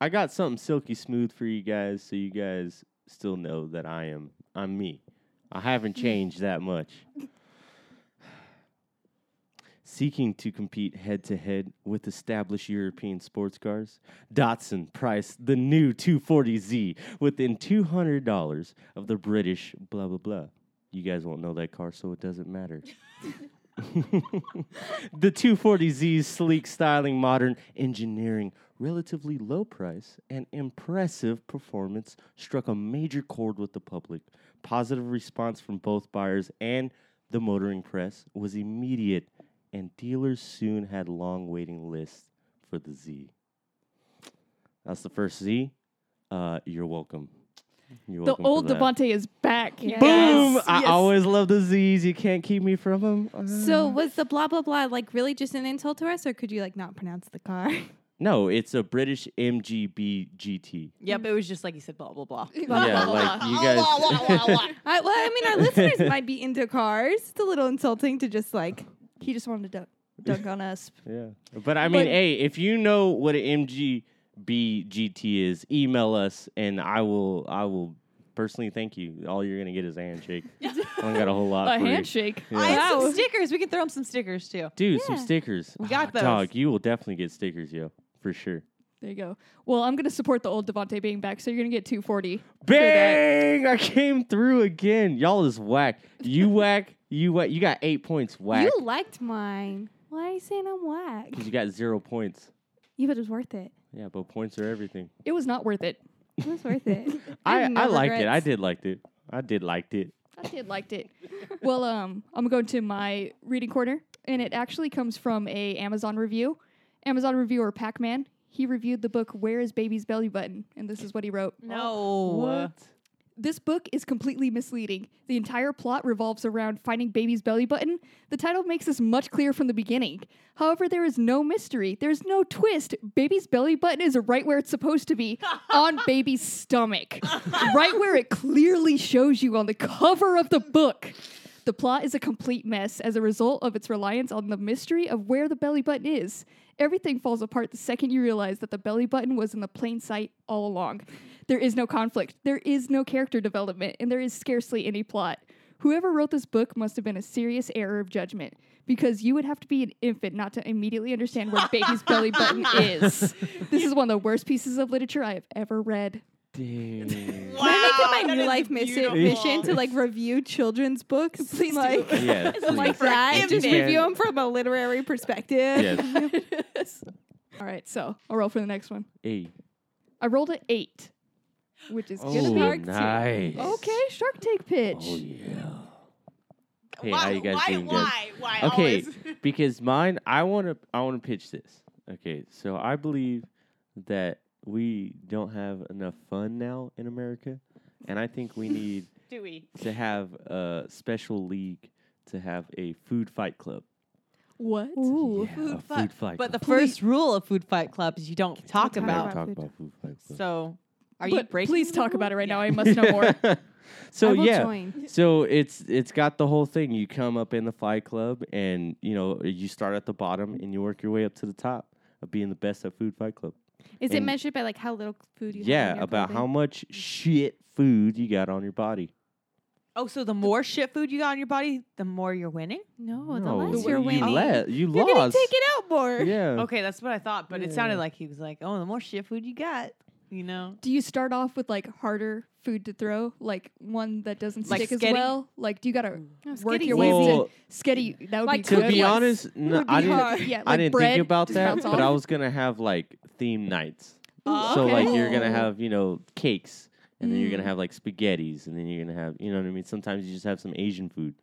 S3: I got something silky smooth for you guys, so you guys still know that I am I'm me. I haven't changed that much. Seeking to compete head to head with established European sports cars, Datsun priced the new 240Z within $200 of the British blah blah blah. You guys won't know that car, so it doesn't matter. <laughs> the 240Z's sleek styling, modern engineering, relatively low price, and impressive performance struck a major chord with the public. Positive response from both buyers and the motoring press was immediate, and dealers soon had long waiting lists for the Z. That's the first Z. Uh, you're welcome. You're
S1: The
S3: welcome for
S1: old
S3: that.
S1: Devonte is back.
S2: Yeah.
S3: Boom!
S1: Yes,
S3: I
S1: yes.
S3: always love the Z's. You can't keep me from them.
S2: So was the blah blah blah like really just an insult to us, or could you like not pronounce the car?
S3: No, it's a British MGB GT.
S4: Yep, it was just like you said, blah blah blah.
S3: <laughs> yeah, like you guys.
S2: <laughs> I, well, I mean, our listeners might be into cars. It's a little insulting to just like
S1: He just wanted to dunk, dunk on
S3: <laughs>
S1: us.
S3: <laughs> yeah, but I mean,
S1: But-
S3: hey, if you know what an MGB GT is, email us and I will. I will personally thank you. All you're gonna get is a handshake. I don't got a whole lot.
S1: A
S3: for you.
S1: handshake.
S3: Yeah.
S4: I have
S1: Wow.
S4: some stickers. We can throw them some stickers too.
S3: Dude, some
S2: Yeah.
S3: stickers.
S4: We got
S3: Ah,
S4: those.
S3: Dog, you will definitely get stickers, yo, for sure.
S1: There you go. Well, I'm gonna support the old Devonte being back, so you're gonna get 240.
S3: Bang! I came through again. Y'all is whack. You whack. You whack. You got eight points. Whack.
S2: you liked mine. Why are you saying I'm whack?
S3: 'Cause you got zero points.
S2: Yeah, but it was worth it.
S3: Yeah, but points are everything.
S1: It was not worth it.
S2: It was worth it.
S3: <laughs> I,
S2: have no
S3: I liked it.
S2: regrets.
S3: I did liked it. I did liked it.
S1: I did liked
S3: <laughs>
S1: it. well, um, I'm going to my reading corner, and it actually comes from a Amazon review. Amazon reviewer Pac-Man. He reviewed the book "Where Is Baby's Belly Button," and this is what he wrote.
S4: No.
S1: This book is completely misleading. The entire plot revolves around finding baby's belly button. The title makes this much clearer from the beginning. However, there is no mystery. There's no twist. Baby's belly button is right where it's supposed to be, on baby's stomach. right where it clearly shows you on the cover of the book. The plot is a complete mess as a result of its reliance on the mystery of where the belly button is. Everything falls apart the second you realize that the belly button was in the plain sight all along. There is no conflict, there is no character development, and there is scarcely any plot. Whoever wrote this book must have been a serious error of judgment because you would have to be an infant not to immediately understand where baby's belly
S2: <laughs>
S1: button is. This is one of the worst pieces of literature I have ever read.
S4: <laughs>
S3: Dude.
S2: Can I make it
S4: Wow,
S2: my
S4: that
S2: new
S4: is
S2: life mission,
S4: beautiful.
S2: mission to like review children's books? <laughs> Please <laughs> like,
S3: yeah. please.
S2: like that. Just
S3: infants.
S2: review them from a literary perspective.
S1: <laughs>
S3: Yes.
S1: All right, so I'll roll for the next one.
S3: Hey.
S1: I rolled an eight, which is
S3: Oh,
S1: gonna be
S3: nice.
S1: okay. Shark Tank pitch.
S3: Oh yeah. Hey,
S4: Why,
S3: how you guys
S4: why,
S3: doing, guys?
S4: why, why?
S3: Okay,
S4: always?
S3: because mine, I want to, I want to pitch this. Okay, so I believe that we don't have enough fun now in America, and I think we need
S4: Do we?
S3: to have a special league to have a food fight club.
S1: What?
S2: Ooh.
S3: Yeah,
S4: Food
S3: a
S4: fight.
S3: food fight.
S4: But the
S3: club.
S4: first rule of Food Fight Club is you don't talk
S2: talk
S4: about.
S3: Never talk
S2: food.
S3: about food fight club.
S4: So, are you
S1: But
S4: breaking?
S1: please
S4: the
S1: talk
S4: rule?
S1: about it right now.
S4: Yeah.
S1: I must know
S3: <laughs>
S1: more.
S3: so
S2: I will
S3: yeah,
S2: join.
S3: so it's it's got the whole thing. You come up in the fight club, and you know you start at the bottom and you work your way up to the top of being the best at food fight club.
S2: Is it
S3: And-
S2: measured by like how little food you have? in
S3: yeah,
S2: your
S3: about how
S2: clothing?
S3: much shit food you got on your body.
S4: Oh, so the more shit food you got on your body, the more you're winning.
S2: No, Oh, the
S3: No,
S2: less
S3: you
S2: you're
S3: le-
S2: winning.
S3: you
S2: You're gonna
S3: lost.
S2: take it out more.
S3: Yeah.
S4: Okay, that's what I thought, but it
S3: Yeah.
S4: sounded like he was like, "Oh, the more shit food you got, you know."
S1: do you start off with like harder food to throw, like one that doesn't
S4: Like
S1: stick
S4: sketty? Mm.
S1: as well? Like, do you gotta
S2: No,
S1: work
S2: skitty's
S1: your way
S3: Well,
S1: into sketty? That would
S2: Like
S1: be
S3: To
S1: good.
S3: be
S2: Yes.
S3: honest, no,
S2: would
S3: I
S2: be
S3: didn't.
S2: hard.
S1: Yeah, like
S3: I didn't
S1: bread
S3: think about
S1: just
S3: that,
S1: bounce
S3: but
S1: off.
S3: I was gonna have like theme nights.
S4: Oh,
S3: So like
S4: okay.
S3: you're gonna have you know cakes, and then you're gonna
S2: Mm.
S3: have like spaghettis, and then you're gonna have you know what I mean. Sometimes you just have some Asian food,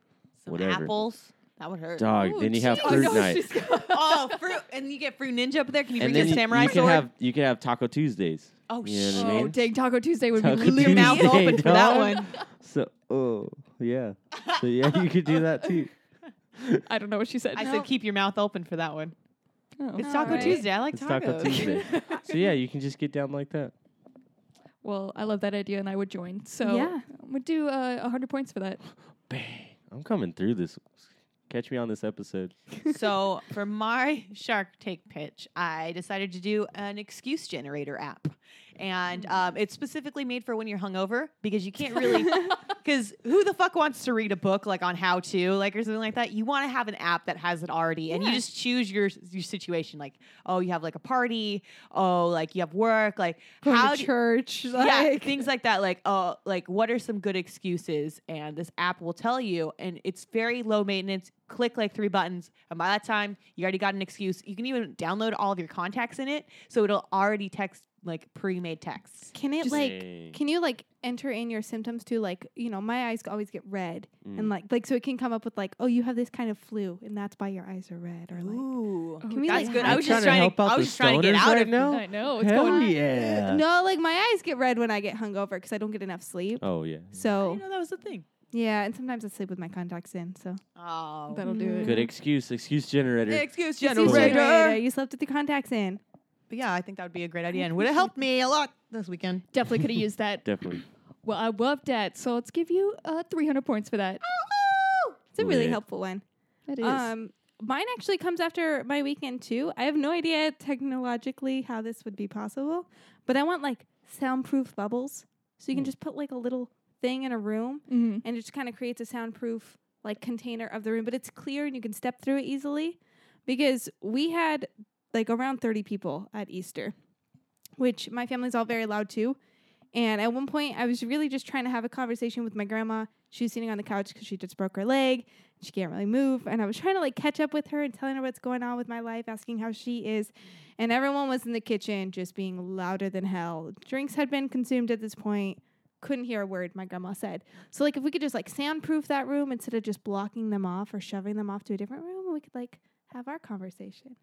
S4: Some
S3: whatever.
S4: apples. That would hurt.
S3: dog.
S1: Ooh,
S3: then you have
S1: geez.
S3: fruit
S1: I know,
S3: night,
S1: she's got-
S4: <laughs> oh, fruit, and you get fruit ninja up there. Can you bring
S3: and then
S4: your
S3: you,
S4: samurai
S3: you can
S4: sword?
S3: have you can have Taco Tuesdays.
S4: oh
S3: you know
S4: shit!
S3: what I
S1: <laughs>
S3: mean?
S1: oh, dang! Taco Tuesday would
S3: Taco
S1: be
S4: Leave your mouth
S3: <laughs> Tuesday,
S4: open for that
S3: dog.
S4: one.
S3: So oh yeah, so yeah, you could do that too.
S1: I don't know what she said.
S4: I
S1: No.
S4: said keep your mouth open for that one.
S1: Oh.
S4: It's Taco
S2: Alright.
S4: Tuesday. I like
S3: It's
S4: tacos. <laughs>
S3: Taco Tuesday. so yeah, you can just get down like that.
S1: Well, I love that idea, and I would join. So
S2: Yeah.
S1: I'm gonna do uh, 100 points for that.
S3: Bang! I'm coming through this. Catch me on this episode.
S4: so for my Shark Take pitch, I decided to do an excuse generator app. and um, it's specifically made for when you're hungover because you can't really because who the fuck wants to read a book like on how to like or something like that? You want to have an app that has it already, and you just choose your your situation. Like, oh, you have like a party. Oh, like you have work. Like how do-
S2: <laughs> church?
S4: <laughs> yeah, things like that. Like, oh, like what are some good excuses? And this app will tell you. And it's very low maintenance. Click like three buttons, and by that time, you already got an excuse. You can even download all of your contacts in it, so it'll already text like pre-made texts.
S2: Can it
S4: Just-
S2: like?
S3: Dang.
S2: Can you like enter in your symptoms too? Like you know, my eyes always get red,
S3: Mm.
S2: and like like so it can come up with like, oh, you have this kind of flu, and that's why your eyes are red, or like.
S4: Ooh, Oh,
S2: Can we,
S4: that's
S2: like,
S4: good.
S2: have-
S4: I was just trying to. I was just trying to get out
S3: right
S4: of. <laughs>
S3: now.
S1: I know. Oh, It's
S3: Hell
S1: going
S3: yeah.
S2: No, like my eyes get red when I get hungover because I don't get enough sleep.
S3: Oh yeah.
S4: I
S2: So
S4: didn't know that was a thing.
S2: yeah, and sometimes I sleep with my contacts in. So
S4: Oh,
S1: That'll do it.
S3: Good excuse. Excuse generator.
S4: excuse
S2: Excuse me,
S4: generator.
S2: you slept with your contacts in.
S4: But yeah, I think that would be a great idea, and would have helped me a lot this weekend.
S1: Definitely could have used
S3: <laughs>
S1: that.
S3: Definitely.
S1: Well, I love that. So let's give you uh, 300 points for that.
S2: It's a really
S3: Lit.
S2: helpful one.
S1: That is.
S2: Um, mine actually comes after my weekend too. I have no idea technologically how this would be possible, but I want like soundproof bubbles, so you can just put like a little thing in a room,
S1: Mhm.
S2: and it just kind of creates a soundproof like container of the room, but it's clear and you can step through it easily. Because we had like around thirty people at Easter, which my family's all very loud too. And at one point, I was really just trying to have a conversation with my grandma. She was sitting on the couch because she just broke her leg. She can't really move. And I was trying to like catch up with her and telling her what's going on with my life, asking how she is. And everyone was in the kitchen just being louder than hell. Drinks had been consumed at this point. Couldn't hear a word my grandma said. So, like, if we could just like soundproof that room instead of just blocking them off or shoving them off to a different room, we could like have our conversation.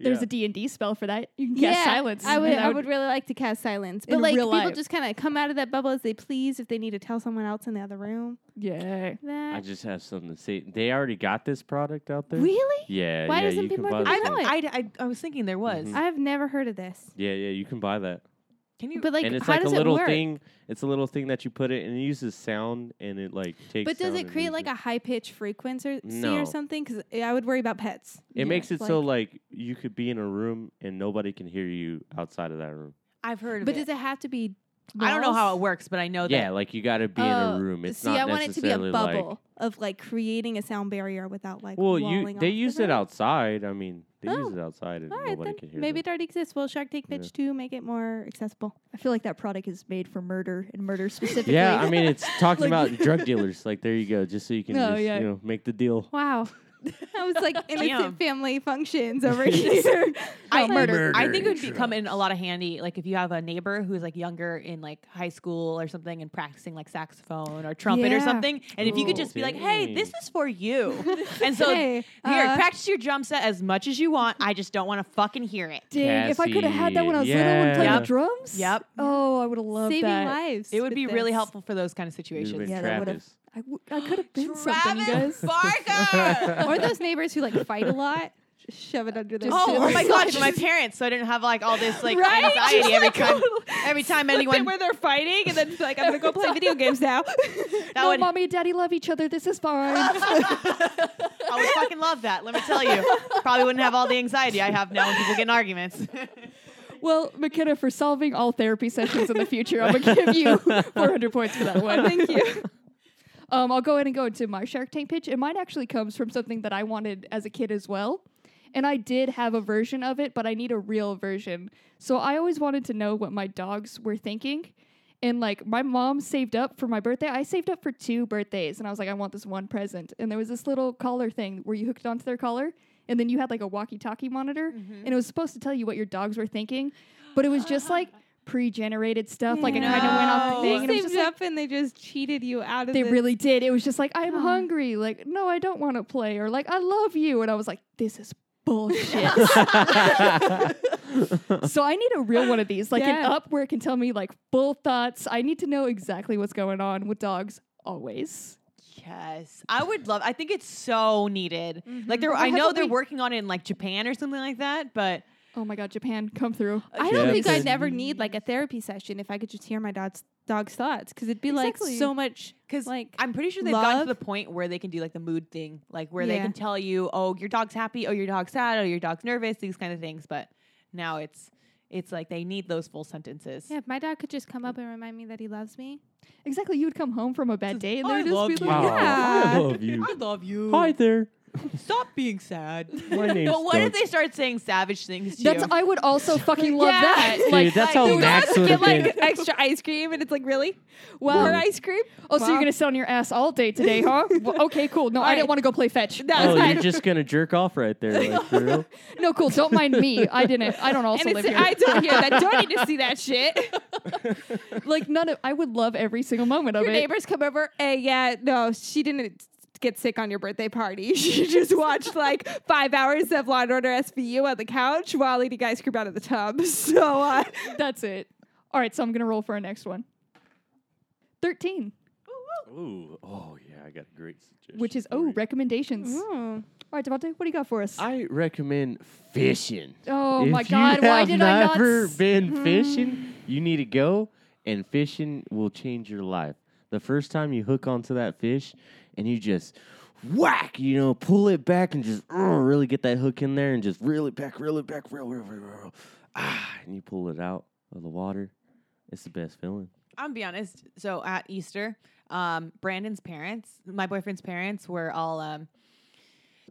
S1: There's
S3: Yeah.
S1: a D&D spell for that. You can cast silence.
S2: I would,
S1: and that
S2: I would really like to cast silence, but
S1: In
S2: like
S1: real
S2: people
S1: life.
S2: just kind of come out of that bubble as they please. If they need to tell someone else in the other room,
S1: Yeah.
S2: that
S3: I just have something to say. They already got this product out there.
S2: really,
S3: Yeah.
S2: Why
S3: yeah,
S2: doesn't
S3: you can
S2: people
S3: buy
S2: ever
S3: this
S2: know
S3: thing.
S2: it?
S4: I, Mm-hmm. I, I was thinking there was.
S3: Mhm.
S2: I have never heard of this.
S3: Yeah, yeah. You can buy that.
S4: Can you?
S2: But like,
S3: and it's
S2: how
S3: like a
S2: does it
S3: little
S2: work?
S3: thing. It's a little thing that you put it and it uses sound and it like takes.
S2: But does
S3: sound
S2: it
S3: and
S2: create
S3: moves
S2: like a high pitched frequency
S3: No.
S2: or something? Because I would worry about pets.
S3: It
S1: Yeah,
S3: makes it
S2: it's
S3: so
S2: like-
S3: like you could be in a room and nobody can hear you outside of that room.
S4: I've heard. Of
S2: But
S4: it.
S2: does it have to be?
S4: I don't know how it
S2: walls?
S4: works, but I know
S3: yeah,
S4: that.
S3: like you got to be in
S2: Oh,
S3: a room. It's
S2: See,
S3: not
S2: I want it to be a
S3: necessarily
S2: bubble
S3: like.
S2: of like creating a sound barrier without like.
S3: Well, you
S2: walling
S3: they
S2: off the
S3: used it
S2: room.
S3: outside. I mean, they
S2: Oh.
S3: used it outside and
S2: All right,
S3: nobody
S2: then
S3: could hear.
S2: maybe
S3: them.
S2: it already exists. Will Shark Take
S3: Yeah.
S2: Pitch Two make it more accessible?
S1: I feel like that product is made for murder and <laughs> murder specifically.
S3: Yeah, I mean,
S2: <laughs>
S3: it's talking
S1: Like-
S3: about drug dealers. Like, there you go, just so you can,
S1: No,
S3: just,
S1: yeah.
S3: you know, make the deal.
S2: <laughs> Wow. I was
S4: <laughs>
S2: like
S4: Damn.
S2: innocent family
S3: <laughs>
S2: functions over here. <laughs>
S4: I,
S2: No,
S3: murder.
S4: I think it would
S3: Murder
S4: become in a lot of handy, like if you have a neighbor who's like younger in like high school or something and practicing like saxophone or trumpet or
S2: Yeah.
S4: something, and if you could
S3: Ooh.
S4: just be like, "Hey,
S3: Dang.
S4: this is for
S2: <laughs>
S4: you," and so
S2: Hey,
S4: here,
S2: uh,
S4: practice your drum set as much as you want. I just don't want to fucking hear it.
S1: Dang, if I could have had that when I was
S3: Cassie,
S1: little and played
S4: yeah.
S1: the drums.
S4: Yep.
S1: Oh, I would have loved
S2: saving
S1: that.
S2: lives.
S4: It would
S2: with
S4: be really
S2: this.
S4: <laughs> helpful for those kind of
S3: You'd have
S4: situations.
S3: been
S1: Yeah, that would've-
S3: Travis.
S1: I, w- I could have been something, you guys.
S4: Barker.
S2: Or those neighbors who like fight a lot, <laughs> just shove it under their
S1: Just
S4: Oh,
S2: door.
S4: oh my
S2: <laughs>
S4: gosh, my parents! So I didn't have like all this like
S2: Right?
S4: anxiety
S2: Just
S4: every
S2: <laughs> like
S4: time.
S2: a little-
S4: Every time anyone
S2: where they're fighting, and then it's like I'm gonna
S4: <laughs>
S2: go play video games now. <laughs>
S4: that
S1: no,
S4: would
S1: mommy and daddy love each other. This is <laughs> fine.
S4: I would fucking love that. Let me tell you. Probably wouldn't have all the anxiety I have now when people get in arguments.
S1: well, McKenna, for solving all therapy sessions in the future, I'm gonna give you 400 points for that one.
S2: Thank you.
S1: Um, I'll go ahead and go into my Shark Tank pitch. And mine actually comes from something that I wanted as a kid as well. And I did have a version of it, but I need a real version. So I always wanted to know what my dogs were thinking. And like my mom saved up for my birthday. I saved up for two birthdays and I was like, I want this one present. And there was this little collar thing where you hooked onto their collar and then you had like a walkie talkie monitor and it was supposed to tell you what your dogs were thinking. But it was just like pre generated stuff. Like it kind of went off the
S4: No.
S1: thing. and it was
S2: You
S1: just
S2: saved
S1: like,
S2: up and they just cheated you out of.
S1: they
S2: this.
S1: really did. It was just like, I'm
S2: Aw.
S1: hungry. Like, no, I don't want to play. Or like, I love you. And I was like, this is bullshit. <laughs> so I need a real one of these, like an
S2: Yeah.
S1: up where it can tell me like full thoughts. I need to know exactly what's going on with dogs always.
S4: Yes. I would love I think it's so needed. Like they're I
S1: Why
S4: know
S1: haven't
S4: they're
S1: we-
S4: working on it in like Japan or something like that, but
S1: Oh my God, Japan, come through.
S2: I don't think
S3: Jackson.
S2: I'd ever need like a therapy session if I could just hear my dog's dog's thoughts because it'd be
S1: Exactly.
S2: like so much.
S4: because
S2: Like,
S4: I'm pretty sure they've gotten
S2: love?
S4: to the point where they can do like the mood thing, like where they
S2: Yeah.
S4: can tell you, oh, your dog's happy, oh, your dog's sad, oh, your dog's nervous, these kind of things. But now it's It's like they need those full sentences.
S2: Yeah, if my dad could just come up and remind me that he loves me.
S1: Exactly. You would come home from a bad day
S2: Oh,
S1: and
S4: "I
S1: there would just
S4: love
S1: be
S4: you."
S1: like,
S3: Wow, I
S2: Yeah.
S3: love you.
S4: love you.
S3: Hi there.
S4: Stop being <laughs> sad.
S3: My name's
S4: but what if
S3: Doug.
S4: they start saying savage things
S1: <laughs>
S4: to
S1: That's
S4: you?
S1: I would also fucking love
S2: Yeah.
S1: that.
S3: Dude,
S1: Like, like,
S3: that's how
S1: dude,
S3: Max
S1: that's
S3: would
S1: get
S3: have been.
S1: like,
S2: Like extra ice cream, and it's like really
S1: Wow.
S2: more ice cream.
S1: Oh, so
S2: Wow.
S1: you're gonna sit on your ass all day today, <laughs> huh? Well, okay, cool. No, I
S2: right.
S1: didn't want to go play <laughs> fetch.
S2: That's
S3: Oh,
S2: fine.
S3: you're just gonna jerk off right there, like for real?
S1: No, cool. Don't mind me. I didn't. <laughs> I don't also
S2: and
S1: live
S2: it's
S1: here.
S2: I don't hear that. Don't need to see <laughs> that shit.
S1: like none of. I would love every single moment of
S2: Your
S1: it.
S2: neighbors come over. Hey, yeah, no, she didn't get sick on your birthday party. <laughs> She just watched like five hours of Law and Order SVU on the couch while eating ice cream out of the tub. <laughs> So uh,
S1: That's it. All right, so I'm gonna roll for our next one. Thirteen,
S3: Ooh, oh yeah, I got a great suggestion.
S1: which is
S3: for
S1: oh
S3: you.
S1: recommendations. All
S2: Hmm.
S1: right, Devante, what do you got for us?
S3: I recommend fishing.
S1: oh
S3: if
S1: my god,
S3: you
S1: why
S3: have
S1: did I not?
S3: never
S1: s- hmm.
S3: been fishing, you need to go, and fishing will change your life. The first time you hook onto that fish, and you just whack, you know, pull it back and just uh, really get that hook in there, and just reel it back, reel it back, reel, reel, reel, reel, ah, and you pull it out of the water. It's the best feeling.
S4: I'm gonna be honest. So at Easter, um, Brandon's parents, my boyfriend's parents, were all um,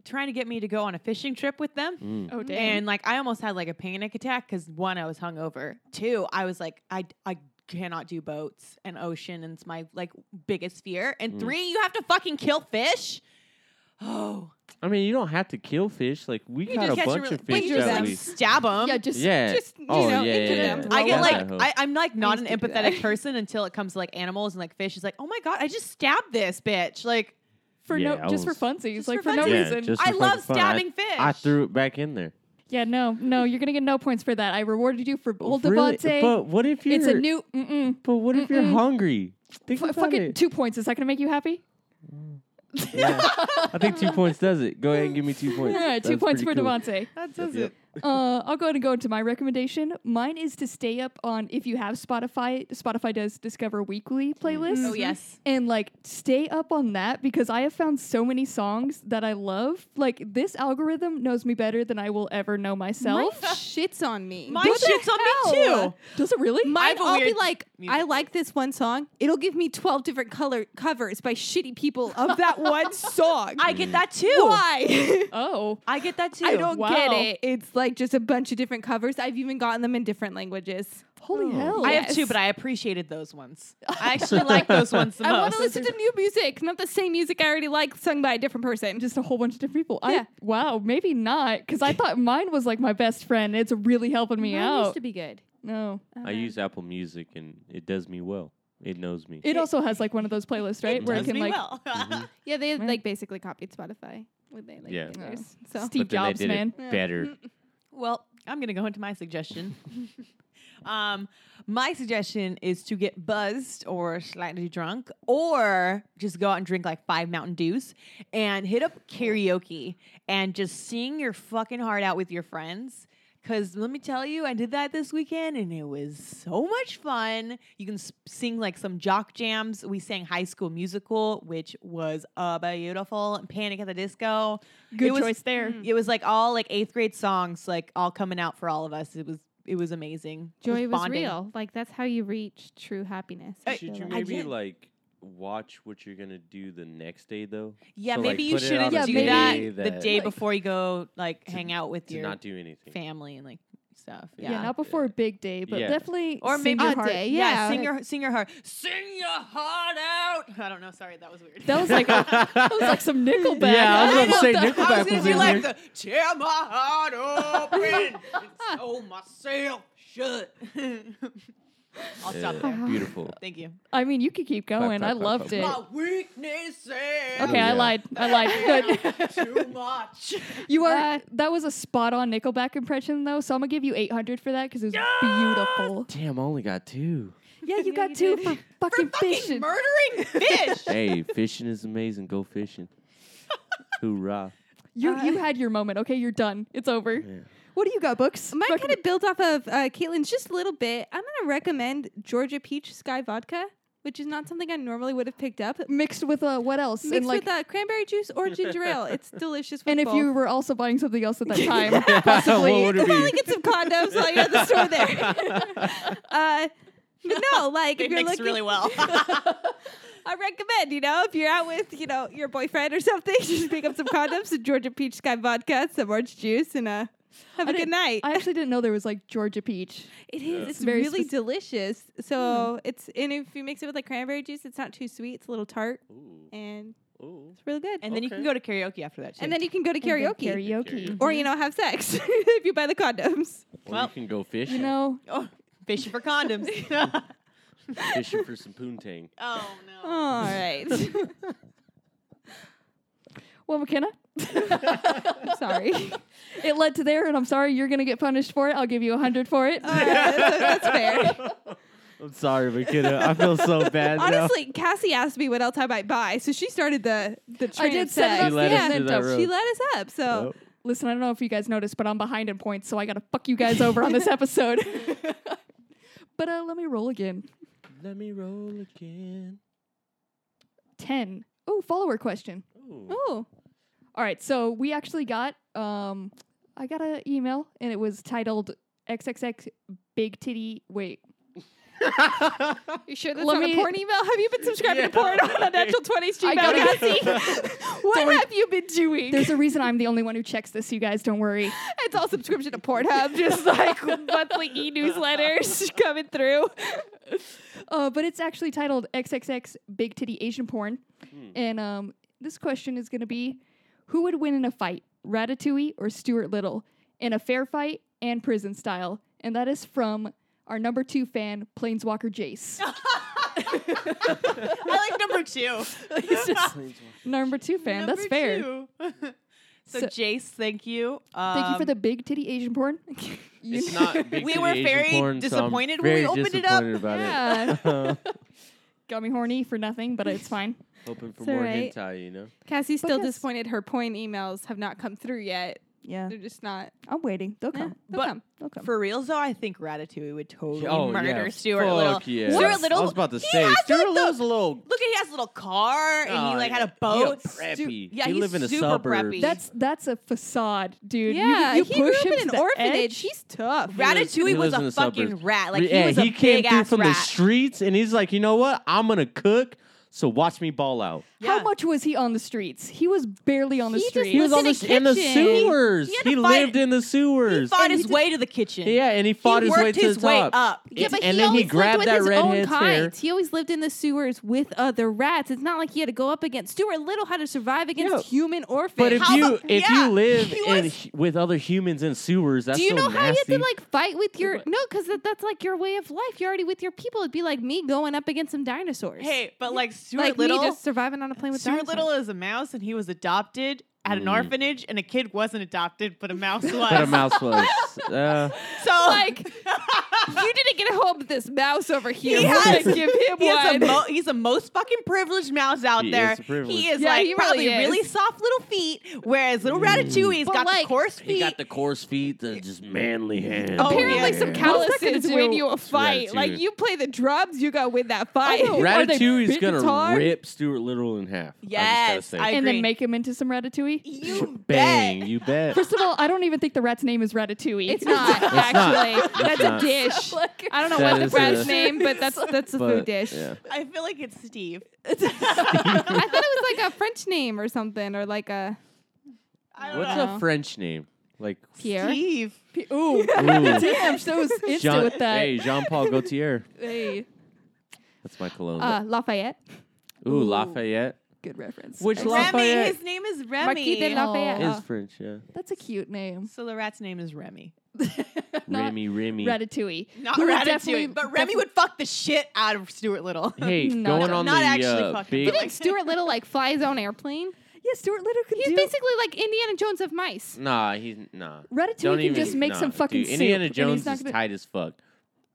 S4: trying to get me to go on a fishing trip with them.
S3: Mm.
S1: oh damn.
S4: And like I almost had like a panic attack because one, I was hungover. Two, I was like, I I cannot do boats and ocean, and it's my like biggest fear. And
S3: Mm.
S4: three, you have to fucking kill fish. Oh,
S3: I mean, you don't have to kill fish. Like we
S4: you
S3: caught
S4: just
S3: a
S4: catch
S3: bunch
S4: really,
S3: of
S4: but
S3: fish
S4: you just
S3: that
S4: like
S3: we.
S4: stab them.
S1: yeah, just
S3: Yeah.
S2: just, you
S3: oh
S2: know,
S3: yeah,
S2: into
S3: yeah,
S2: them.
S3: yeah.
S4: I
S2: Throw
S4: get
S2: it
S4: like
S3: That's how-
S4: I, I'm like not an
S2: Please do do
S4: empathetic
S2: that.
S4: person until it comes to like animals and like fish. It's like, oh my god, I just stabbed this bitch. Like
S1: for
S3: Yeah, I
S1: no, just for
S3: was-
S1: funsies,
S4: Just
S1: like
S4: for
S1: for, no
S4: funsies.
S3: <laughs> Yeah,
S1: reason.
S3: just
S4: I
S3: for
S4: love
S3: fucking fun. I-
S4: stabbing fish.
S3: I threw it back in there.
S1: yeah, no, no, you're gonna get no points for that. I rewarded you for old
S3: Oh, Really?
S1: Devante.
S3: But what if you're?
S1: it's a new. Mm-mm.
S3: But what if you're
S1: Mm-mm.
S3: hungry? Think
S1: F-
S3: about
S1: fucking <laughs>
S3: it.
S1: two points. Is that gonna make you happy?
S3: Yeah. I think two points does it. Go ahead and give me two points.
S1: Yeah, two
S3: That's
S1: points for
S3: pretty cool.
S1: Devante.
S4: that
S3: Yep, yep.
S1: uh, I'll go ahead and go into my recommendation. Mine is to stay up on if you have Spotify. Spotify does Discover Weekly playlist.
S4: Oh yes.
S1: And like stay up on that because I have found so many songs that I love. Like this algorithm knows me better than I will ever know myself.
S2: shits on me.
S4: My
S2: What the
S4: shit's on me
S2: hell?
S4: too.
S1: <laughs> Does it really?
S2: Mine,
S4: have a
S2: I'll be
S4: weird
S2: like,
S4: music
S2: I like this one song. It'll give me 12 different color covers by shitty people <laughs>
S4: <laughs>
S2: of that one song.
S4: I get that too.
S2: Why? <laughs>
S1: oh.
S4: I get that too.
S2: I don't
S1: Wow.
S2: get it. It's like just a bunch of different covers. I've even gotten them in different languages.
S1: Holy
S3: Oh.
S1: hell.
S4: I
S2: Yeah.
S4: have two,
S2: Yes.
S4: but I appreciated those ones.
S2: <laughs>
S4: I actually like those ones the
S2: I want
S4: most.
S2: to listen to new music, not the same music I already like sung by a different person. Just
S1: just a whole bunch of different people.
S2: Yeah.
S1: I wow, maybe not because I thought mine was like my best friend. It's really helping me out.
S2: be good.
S1: no,
S3: I use Apple Music and it does me well. It knows me.
S1: it also has like one of those playlists, right? Where it
S3: does
S1: can
S4: me
S1: like
S4: well. <laughs>
S2: Yeah, they
S1: Right.
S2: like basically copied Spotify when they like
S3: Yeah.
S2: did
S1: Oh.
S2: theirs. So
S1: Steve
S3: but then
S1: Jobs,
S3: they did
S1: man.
S3: it better.
S4: Well, I'm going to go into my suggestion. <laughs> um, my suggestion is to get buzzed or slightly drunk, or just go out and drink like five Mountain Dews and hit up karaoke and just sing your fucking heart out with your friends. Cause let me tell you, I did that this weekend and it was so much fun. You can s- sing like some jock jams. We sang High School Musical, which was uh, beautiful. and Panic at the Disco.
S1: Good
S4: It was Mm.
S1: choice there.
S4: it was like all like eighth grade songs, like all coming out for all of us. It was it was amazing. It
S2: joy was
S4: bonding.
S2: real. Like that's how you reach true happiness. <laughs> I
S3: Should
S2: feel
S3: you
S2: like.
S3: maybe
S4: did.
S3: like watch what you are gonna do the next day though?
S4: Yeah,
S3: So, like,
S4: maybe you
S3: put it
S4: shouldn't
S3: on
S1: a
S4: do
S1: day
S4: that, the
S3: that-
S4: day
S1: Like-
S4: before you go like
S3: To-
S4: hang out with
S3: To
S4: your
S3: not do anything.
S4: family and like stuff.
S1: Yeah,
S4: Yeah.
S1: not before a big day, but
S3: Yeah.
S1: definitely
S4: or
S1: sing
S4: maybe
S1: your
S2: a
S1: heart.
S2: day.
S4: Yeah,
S2: Yeah.
S4: sing your sing your heart, sing your heart out. <laughs> I don't know. Sorry, that was weird.
S1: That was like <laughs>
S4: <laughs>
S1: that was like some Nickelback.
S3: <laughs> Yeah, I was about to say
S1: What the-
S3: Nickelback
S4: I was gonna
S3: was
S4: do
S3: in
S4: like the tear my heart open, and sew myself shut. <laughs> I'll stop
S3: Yeah,
S4: there.
S3: beautiful.
S1: <sighs>
S4: Thank you.
S1: I mean, you could keep going.
S3: clap,
S1: I
S3: clap,
S1: loved
S3: clap,
S1: it.
S3: clap.
S4: My weakness.
S1: Okay,
S3: yeah.
S1: I lied. I
S4: <laughs>
S1: lied. Good.
S4: too
S1: <laughs>
S4: much.
S1: You are.
S2: Uh,
S1: that was a spot on Nickelback impression, though. So I'm gonna give you 800 for that because it was beautiful.
S3: Damn, I only got two.
S1: Yeah, you got
S2: you
S1: two
S2: did.
S1: for fucking fishing. <laughs>
S4: murdering fish.
S3: hey, fishing is amazing. Go <laughs> fishing. Hoorah.
S1: You you had your moment. Okay, you're done. It's over. What do you got, books?
S2: Mine
S1: Rec-
S2: kind of build off of uh, Caitlin's just a little bit. I'm going to recommend Georgia Peach Sky Vodka. which is not something I normally would have picked up.
S1: Mixed with uh, what else?
S2: Mixed
S1: and like,
S2: with uh, cranberry juice or ginger ale.
S1: <laughs>
S2: It's delicious. With
S1: and if
S2: both. <laughs>
S1: you were also buying something else at that
S3: <laughs>
S1: time,
S3: What
S1: possibly.
S3: would
S1: <laughs>
S4: <laughs>
S3: it
S2: Probably
S3: be?
S2: get some condoms while you're at the store there. uh, but no, like
S4: They
S2: if you're
S4: mix
S2: looking,
S4: really
S1: <laughs>
S4: well.
S2: I recommend you know if you're out with you know your boyfriend or something, <laughs> just pick up some condoms, some Georgia peach sky vodka, some orange juice, and uh, have a
S1: didn't-
S2: good night.
S1: I actually didn't know there was like Georgia peach.
S2: it is. It's
S1: Very
S2: really
S1: spec-
S2: delicious. So it's and if you mix it with like cranberry juice, it's not too sweet. It's a little tart
S3: Ooh,
S2: and
S3: ooh.
S2: it's really good.
S4: and then you can
S3: Okay.
S4: go to karaoke after that too.
S2: And then you can go to
S1: And then
S2: karaoke, Mm-hmm.
S1: Karaoke.
S2: or you know have sex <laughs> if you buy the condoms.
S3: Or
S4: Well,
S3: you can go fishing.
S1: You know,
S4: oh, <laughs> fishing
S1: <laughs>
S4: for condoms.
S3: <laughs>
S4: <laughs>
S3: fishing for some poontang.
S4: oh
S1: <laughs>
S4: no.
S2: All right. <laughs>
S1: well, McKenna, <laughs>
S2: I'm sorry.
S1: it led to there, and I'm sorry you're gonna get punished for it. I'll give you a hundred for it.
S2: All right, that's,
S3: <laughs>
S2: that's fair.
S3: I'm sorry, McKenna. I
S4: <laughs>
S3: feel so bad now.
S2: Honestly, Cassie asked me what else I might buy, so she started the the train
S1: I did
S2: of
S1: set
S2: sex.
S1: it
S3: She
S1: up.
S3: led
S1: Yeah.
S3: us to that
S1: She
S3: road.
S2: She let us up, so
S3: Yep.
S1: Listen, I don't know if you guys noticed, but I'm behind in points, so I gotta fuck you guys over
S2: <laughs>
S1: on this episode. <laughs> but uh, let me roll again.
S3: Let me roll again.
S1: Ten. Oh, follower question.
S3: Ooh.
S2: ooh,
S1: All right, so we actually got um, I got an email, and it was titled XXX Big Titty. Wait,
S2: you sure that's
S1: Let
S2: not
S1: me-
S2: a porn email? Have you been subscribed
S3: Yeah.
S2: to porn on the
S3: <laughs>
S2: Natural Twenties
S1: I
S2: Gmail?
S1: got it. <laughs>
S2: Cassie? <laughs> what have you been doing?
S1: there's a reason I'm the only one who checks this. You guys, don't worry.
S2: it's all subscription
S3: <laughs>
S2: to Pornhub, just like monthly e-newsletters coming through.
S1: Uh, but it's actually titled XXX Big Titty Asian Porn. And um, this question is going to be Who would win in a fight, Ratatouille or Stuart Little, in a fair fight and prison style? And that is from our number two fan, Planeswalker <laughs> Jace.
S4: I like number two.
S1: He's just number two fan. That's fair.
S4: <laughs> so,
S1: So-
S4: Jace, thank you.
S1: Thank you for
S4: Um,
S1: the big titty Asian porn. <laughs> You
S3: It's
S1: know-
S4: <laughs>
S3: not big
S4: We
S3: city
S4: were
S3: Asian
S4: very
S3: porn, so I'm
S4: disappointed when we
S3: very
S4: opened it up.
S3: disappointed about it. <laughs>
S1: <laughs> Yeah. Got me horny for nothing, but it's fine.
S3: Hoping for
S2: It's
S3: more
S2: alright.
S3: hentai, you know.
S2: Cassie's still
S1: Because-
S2: disappointed her porn emails have not come through yet.
S1: Yeah.
S2: They're just not.
S1: I'm waiting. They'll come.
S2: They'll
S4: But-
S2: come.
S1: They'll come.
S4: For reals though, I think Ratatouille would totally murder
S3: Oh, yeah.
S4: Stuart
S3: Fuck
S4: Little.
S3: Yeah.
S4: Stuart Little.
S3: I was about to
S4: he
S3: say
S4: has, like,
S3: Stuart
S4: the-
S3: Little's a little.
S4: Look at he has a little car and he
S3: Oh,
S4: like had a
S3: yeah. He a
S4: boat. Stu-
S3: preppy.
S4: yeah,
S3: He
S4: he's
S3: live in the
S4: super
S3: suburbs.
S4: preppy.
S1: That's that's a facade, dude. You-
S2: Yeah,
S1: you,
S2: he
S1: push him to
S2: grew up in an
S1: the
S2: orphanage.
S1: edge?
S2: He's tough.
S3: He
S4: Ratatouille was
S3: lives in
S4: a
S3: the
S4: fucking
S3: suburbs.
S4: rat. Like
S3: yeah,
S4: he was a
S3: he came
S4: big
S3: through
S4: ass
S3: from the
S4: rat.
S3: streets, and he's like, you know what? I'm gonna cook, so watch me ball out.
S1: How
S4: Yeah.
S1: much was he on the streets? He was barely on the
S2: He just
S1: streets.
S3: He was on
S2: lived in
S3: the
S2: a
S3: s- in the
S2: kitchen.
S3: sewers.
S4: He had
S3: He,
S4: to fight-
S3: lived in the
S4: He
S3: sewers.
S4: fought
S2: And he
S4: his
S2: did-
S4: way to the kitchen.
S3: yeah, and he fought
S4: he
S3: his way
S4: worked
S3: to
S4: his
S3: the
S4: way
S3: top.
S4: up.
S2: Yeah, but
S3: and
S2: he
S3: then he
S2: always
S3: grabbed
S2: lived with
S3: that
S2: his own
S3: redhead's hair.
S2: kind. He always lived in the sewers with other rats. It's not like he had to go up against Stuart Little had to survive against
S3: Yeah.
S2: human orphans.
S3: But if
S4: How
S3: you
S4: about-
S3: if
S4: yeah,
S3: you live
S4: he
S3: in,
S4: was-
S3: hu- with other humans in sewers, that's
S2: do you
S3: so
S2: know how you have
S3: nasty.
S2: to like fight with your no? Because that, that's like your way of life. You're already with your people. It'd be like me going up against some dinosaurs.
S4: Hey, but like Stuart
S2: like
S4: Little,
S2: me just surviving on a plane with
S4: Stuart
S2: dinosaurs.
S4: Little is a mouse and he was adopted at an
S3: Mm.
S4: orphanage and a kid wasn't adopted, but a mouse was.
S3: But
S4: <laughs>
S3: a mouse was. Uh,
S4: So
S2: <laughs> <laughs> like you didn't get a hold of this mouse over here.
S4: He
S2: We're
S4: has-
S2: gonna give him
S4: He is
S2: one.
S4: the mo- he's the most fucking privileged mouse out
S3: He
S4: there.
S3: is privileged.
S4: He is
S2: Yeah,
S4: like
S2: he
S4: probably
S2: really is.
S4: really soft little feet, whereas little Ratatouille's
S2: But,
S4: got
S2: like,
S4: the coarse feet.
S3: Mm. he got the coarse feet, the just manly hands.
S4: Oh, yeah.
S2: Apparently, some
S1: What's that
S2: calluses
S1: gonna
S2: win
S1: do?
S2: you a fight. Like
S3: Ratatouille.
S2: you play the drums, you gotta win that fight.
S1: I
S3: <laughs>
S1: know. Are they
S3: Ratatouille's
S1: bit
S3: gonna
S1: guitar?
S3: rip Stuart Little in half. I
S4: Yes,
S3: just gotta
S4: I
S3: say.
S1: and
S4: agree.
S1: then make him into some ratatouille.
S4: you
S3: bang,
S4: bet.
S3: you bet.
S1: First of all, I don't even think the rat's name is ratatouille. <laughs>
S2: It's not actually.
S3: It's
S2: That's
S3: not.
S2: a dish.
S1: Like-
S2: I don't know
S3: That
S2: what the
S3: is
S2: rat's
S3: a-
S2: name, but that's that's a
S3: But,
S2: food dish.
S3: yeah.
S4: I feel like it's Steve.
S2: I thought it was like a French name or something, or like a
S4: I don't
S3: What's
S4: know.
S2: know.
S3: a French name? Like
S2: Pierre.
S4: Steve.
S3: <laughs>
S1: Ooh,
S3: ooh,
S1: damn! So was instant
S3: Jean,
S1: with that.
S3: Hey, Jean Paul Gaultier.
S1: Hey.
S3: That's my cologne.
S2: Uh, Lafayette.
S3: ooh, Lafayette.
S1: good reference.
S3: Which
S1: Thanks.
S3: Lafayette
S4: Remy. His name is
S2: Marquis de
S4: Remy.
S2: Lafayette.
S1: Oh.
S3: is French, yeah.
S1: That's a cute name.
S4: So the rat's name is Remy.
S1: <laughs> Not
S3: Remy, Remy.
S1: Ratatouille.
S4: Not
S1: Who would definitely-
S4: Ratatouille, but Remy
S1: defi-
S4: would fuck the shit out of Stuart Little.
S3: Hey,
S1: Not-
S3: going on
S4: not
S3: the
S4: actually
S3: uh,
S4: fucking,
S3: big
S4: but,
S2: Didn't Stuart Little like fly his own airplane?
S1: Yeah, Stuart Little could
S2: He's
S1: do.
S2: basically like Indiana Jones of mice.
S3: Nah, he's nah.
S1: Ratatouille
S3: Don't
S1: can
S3: even,
S1: just make
S3: nah,
S1: some fucking
S3: dude.
S1: soup,
S3: Indiana
S1: and he's
S3: Jones
S1: not
S3: is
S1: gonna-
S3: tight as fuck.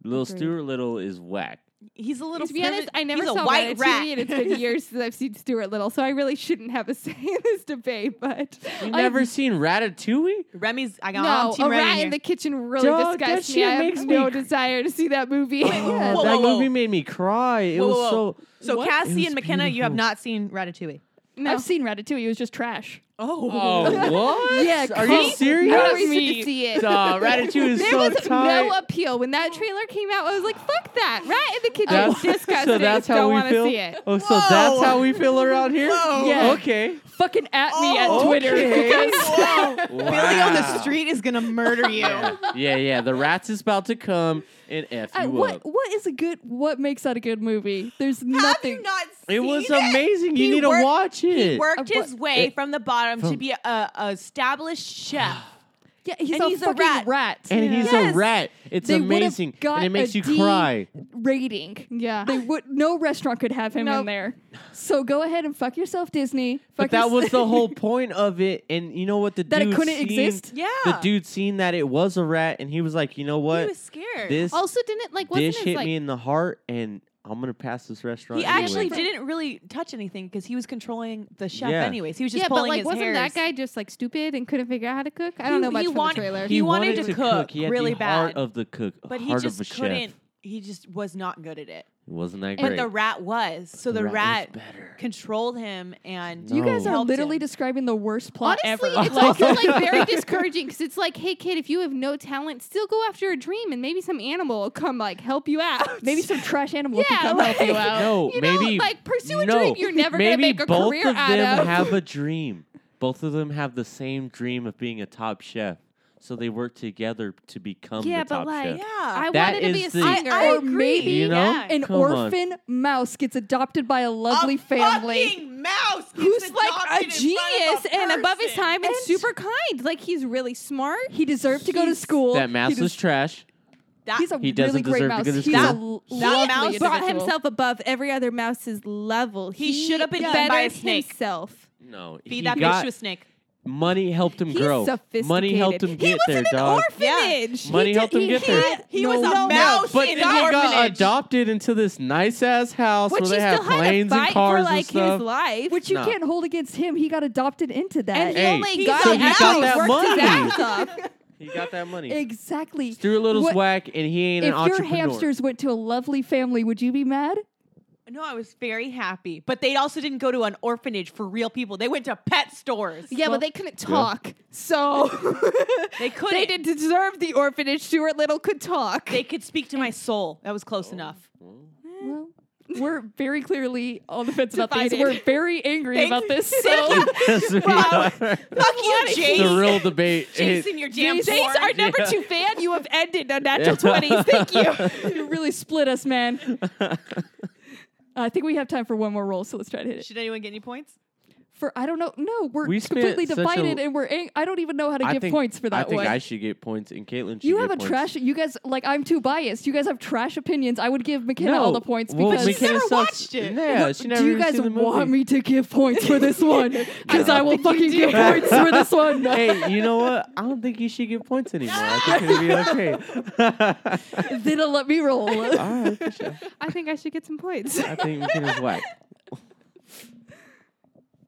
S3: Little
S1: Agreed.
S3: Stuart Little is whack.
S4: <laughs> He's a little.
S2: to be honest,
S4: privi-
S2: I never
S4: he's
S2: saw
S4: a white
S2: that
S4: rat.
S2: TV, and it's
S4: <laughs>
S3: <laughs>
S2: been years since I've seen Stuart Little, so I really shouldn't have a <laughs> say in this debate. But
S3: You
S2: I-
S3: never seen Ratatouille?
S4: Remy's. I got
S2: no,
S4: on team
S2: a
S4: Remy
S2: rat
S4: here.
S2: in the kitchen really
S3: Duh, that
S2: disgusts me.
S3: shit
S2: I have
S3: makes me
S2: no
S3: cr- Oh,
S2: desire to see that movie. <laughs>
S3: Yeah,
S4: whoa,
S3: that
S4: whoa,
S3: movie
S4: whoa.
S3: made me cry. It
S4: Whoa,
S3: was
S4: whoa, whoa.
S3: so.
S4: so
S3: What? It
S4: Cassie
S3: was
S4: and McKenna, you have
S3: beautiful.
S4: not seen Ratatouille.
S2: No.
S1: I've seen Ratatouille. It was just trash.
S3: <laughs>
S4: Oh, <laughs>
S3: Oh, what?
S2: Yeah,
S3: Are
S2: come-
S3: you serious?
S2: no reason to see it.
S3: Duh, Ratatouille is
S2: There
S3: so
S2: was
S3: tight.
S2: no appeal when that trailer came out. I was like, "Fuck that! Rat in the kitchen
S3: That's- <laughs>
S2: is Oh, <laughs> disgusting.
S3: so that's how
S2: Don't
S3: we
S2: want to
S3: feel?
S2: see it."
S3: Oh, so that's
S4: Whoa.
S3: how we feel around here?
S1: Yeah.
S3: Okay.
S1: Fucking at me at
S4: Oh,
S1: Twitter. <laughs>
S3: okay.
S1: guys.
S4: Billy on the street is gonna murder you.
S3: <laughs> Yeah, yeah. The rats is about to come and F
S1: I-
S3: you
S1: Uh, what
S3: up.
S1: what is a good? What makes that a good movie? There's
S4: Have
S1: nothing.
S4: you not
S3: It was
S4: seen it?
S3: amazing. You
S4: He
S3: need to
S4: worked-
S3: watch it.
S4: He worked
S1: Uh,
S4: his way
S3: It-
S4: from the bottom to
S3: from-
S4: be a, a established
S3: <sighs>
S4: chef.
S1: yeah, he's
S4: and
S1: a
S4: he's a
S1: fucking
S4: rat.
S3: and he's
S4: Yes.
S3: a rat. It's
S1: They would've
S3: amazing.
S1: got
S3: And it makes
S1: a
S3: you
S1: D.
S3: cry.
S1: rating.
S2: Yeah.
S1: They would no restaurant could have him in
S2: Nope.
S1: there. So go ahead and fuck yourself, Disney.
S3: But
S1: Fuck
S3: that was the
S1: yourself.
S3: whole point of it. And you know what the
S1: That it
S3: dude
S1: couldn't
S3: seen-
S1: exist?
S4: Yeah.
S3: The dude seen that it was a rat and he was like, you know
S4: He
S3: what?
S4: was scared.
S3: This
S2: Also, didn't like wasn't
S3: dish
S2: his
S3: hit
S2: like
S3: me in the heart and I'm gonna pass this restaurant.
S4: he actually
S3: anyway.
S4: didn't really touch anything because he was controlling the chef
S3: Yeah.
S4: anyways. He was just
S2: yeah,
S4: pulling
S2: but like
S4: his
S2: wasn't
S4: hairs.
S2: that guy just like stupid and couldn't figure out how to cook? I
S4: He-
S2: don't know much
S4: he
S2: from
S4: want-
S2: the trailer.
S4: he- wanted to cook
S3: He had
S4: really
S3: the heart
S4: bad,
S3: of the cook,
S4: But he
S3: heart of a
S4: just
S3: chef.
S4: couldn't.
S3: It
S4: He just was not good at it.
S3: wasn't that
S4: But
S3: great.
S4: the rat was. So the,
S3: rat,
S4: rat,
S3: was better.
S4: controlled him
S1: <laughs>
S4: and
S1: You
S3: No.
S1: guys are
S4: Helped
S1: literally
S4: him.
S1: describing the worst plot
S2: Honestly,
S1: ever.
S2: it's also <laughs> like very discouraging because it's like, hey kid, if you have no talent, still go after a dream and maybe some animal will come like help you <laughs> out.
S1: Maybe some trash animal can
S2: Yeah,
S1: come help you
S3: <laughs>
S2: like-
S1: out.
S3: No,
S2: Oh, you know,
S3: maybe
S2: like pursue a
S3: no,
S2: dream you're never
S3: maybe
S2: gonna make a
S3: both
S2: career
S3: of
S2: out
S3: them
S2: of.
S3: have
S2: <laughs>
S3: a dream. Both of them have the same dream of being a top chef, so they work together to become
S2: Yeah,
S3: the
S2: but
S3: top
S2: like-
S3: chef.
S4: Yeah.
S2: I
S3: That
S2: wanted to be a
S3: is the- I-
S2: singer.
S4: <laughs> I
S1: Or
S4: agree.
S1: maybe
S3: You know?
S4: Yeah.
S1: An
S3: Come on.
S1: orphan mouse gets adopted by a lovely
S4: a
S1: family.
S4: fucking mouse
S2: who's
S4: gets
S2: like a
S4: adopted in front of
S2: genius
S4: a
S2: and above his
S4: person.
S2: time and
S1: And-
S2: super kind. Like he's really smart.
S1: He deserved to go to
S2: He's-
S1: school.
S3: That mouse
S1: he
S3: was trash.
S4: That,
S1: He's a
S3: He
S1: really
S3: doesn't
S1: great
S3: deserve to
S1: mouse.
S3: go to
S1: He's
S3: school.
S1: a l-
S4: That
S1: lovely
S4: mouse
S2: He brought
S1: individual.
S2: himself above every other mouse's level.
S4: He should have been eaten by a
S2: bettered
S4: snake.
S2: Himself.
S3: No, he
S4: Feed that bitch
S3: got
S4: to a snake.
S3: money helped him
S2: He's
S3: grow.
S2: sophisticated.
S3: Money helped him
S2: He
S3: get
S2: was
S3: there,
S2: in an
S3: dog.
S2: orphanage. He
S3: Money
S2: did-
S3: helped him
S2: he
S3: get there.
S2: had
S4: He was
S2: no
S4: a mouse
S3: But
S4: in
S3: then
S4: an
S3: he got
S4: orphanage.
S3: adopted into this nice ass house
S2: Which
S3: where
S2: he
S3: they have
S2: still had
S3: planes
S2: to
S3: and
S2: fight
S3: cars
S2: for like
S3: and stuff.
S2: his life.
S1: Which you
S3: No.
S1: can't hold against him. He got adopted into that.
S2: and he
S3: Hey,
S2: only
S4: he's
S2: got
S4: a
S2: it
S4: mouse.
S2: after
S3: Got
S2: he
S3: that
S2: worked his
S3: money.
S2: ass off.
S3: <laughs> He got that money.
S1: exactly.
S3: Stuart Little's
S1: What-
S3: whack, and he ain't
S1: If
S3: an
S1: your
S3: entrepreneur. <laughs>
S1: hamsters went to a lovely family, would you be mad?
S4: No, I was very happy. But they also didn't go to an orphanage for real people. They went to pet stores.
S2: Yeah, but they couldn't talk, so <laughs>
S4: They couldn't.
S2: they didn't deserve the orphanage. Stuart Little could talk.
S4: They could speak to my soul. That was close enough.
S1: Well, we're very clearly on the fence about these.
S2: Divided.
S1: We're very angry
S4: Thanks.
S1: about this. So
S3: Yes, we
S1: <laughs>
S4: Wow.
S3: are.
S4: <laughs> Fuck you,
S3: the
S4: Jason.
S3: real debate. is-
S4: Jason, your damn
S2: Jace,
S4: porn.
S2: our number
S3: Yeah.
S2: two fan, you have
S3: <laughs>
S2: ended a natural
S3: Yeah.
S2: 20s. <laughs> Thank
S4: <laughs>
S2: you.
S1: you really split us, man. I think we have time for one more roll, so let's try to hit it.
S4: Should anyone get any points?
S1: For I don't know. No, we're
S3: We spent
S1: completely
S3: such a-
S1: divided, and we're. Ang- I don't even know how to
S3: I
S1: give
S3: think-
S1: points for that
S3: I think
S1: one.
S3: I should get points, and Caitlin should
S1: you
S3: get
S1: have a
S3: points.
S1: trash. You guys like I'm too biased. You guys have trash opinions. I would give McKenna
S3: No,
S1: all the points
S3: well,
S1: because
S3: McKenna
S4: never
S3: sucks.
S4: watched it.
S3: Yeah, she never
S1: do you
S3: even
S1: guys
S3: seen the movie.
S1: want me to give points for
S3: <laughs>
S1: this one? Because
S3: don't
S1: I, will
S3: think
S1: fucking give points for this one. <laughs>
S3: <laughs> Hey, you know what? I don't think you should get points anymore. I think it'll be okay. <laughs>
S1: then it'll let me roll.
S3: All right, for sure.
S2: I think I should get some points.
S3: I think McKenna's whack.
S1: <laughs>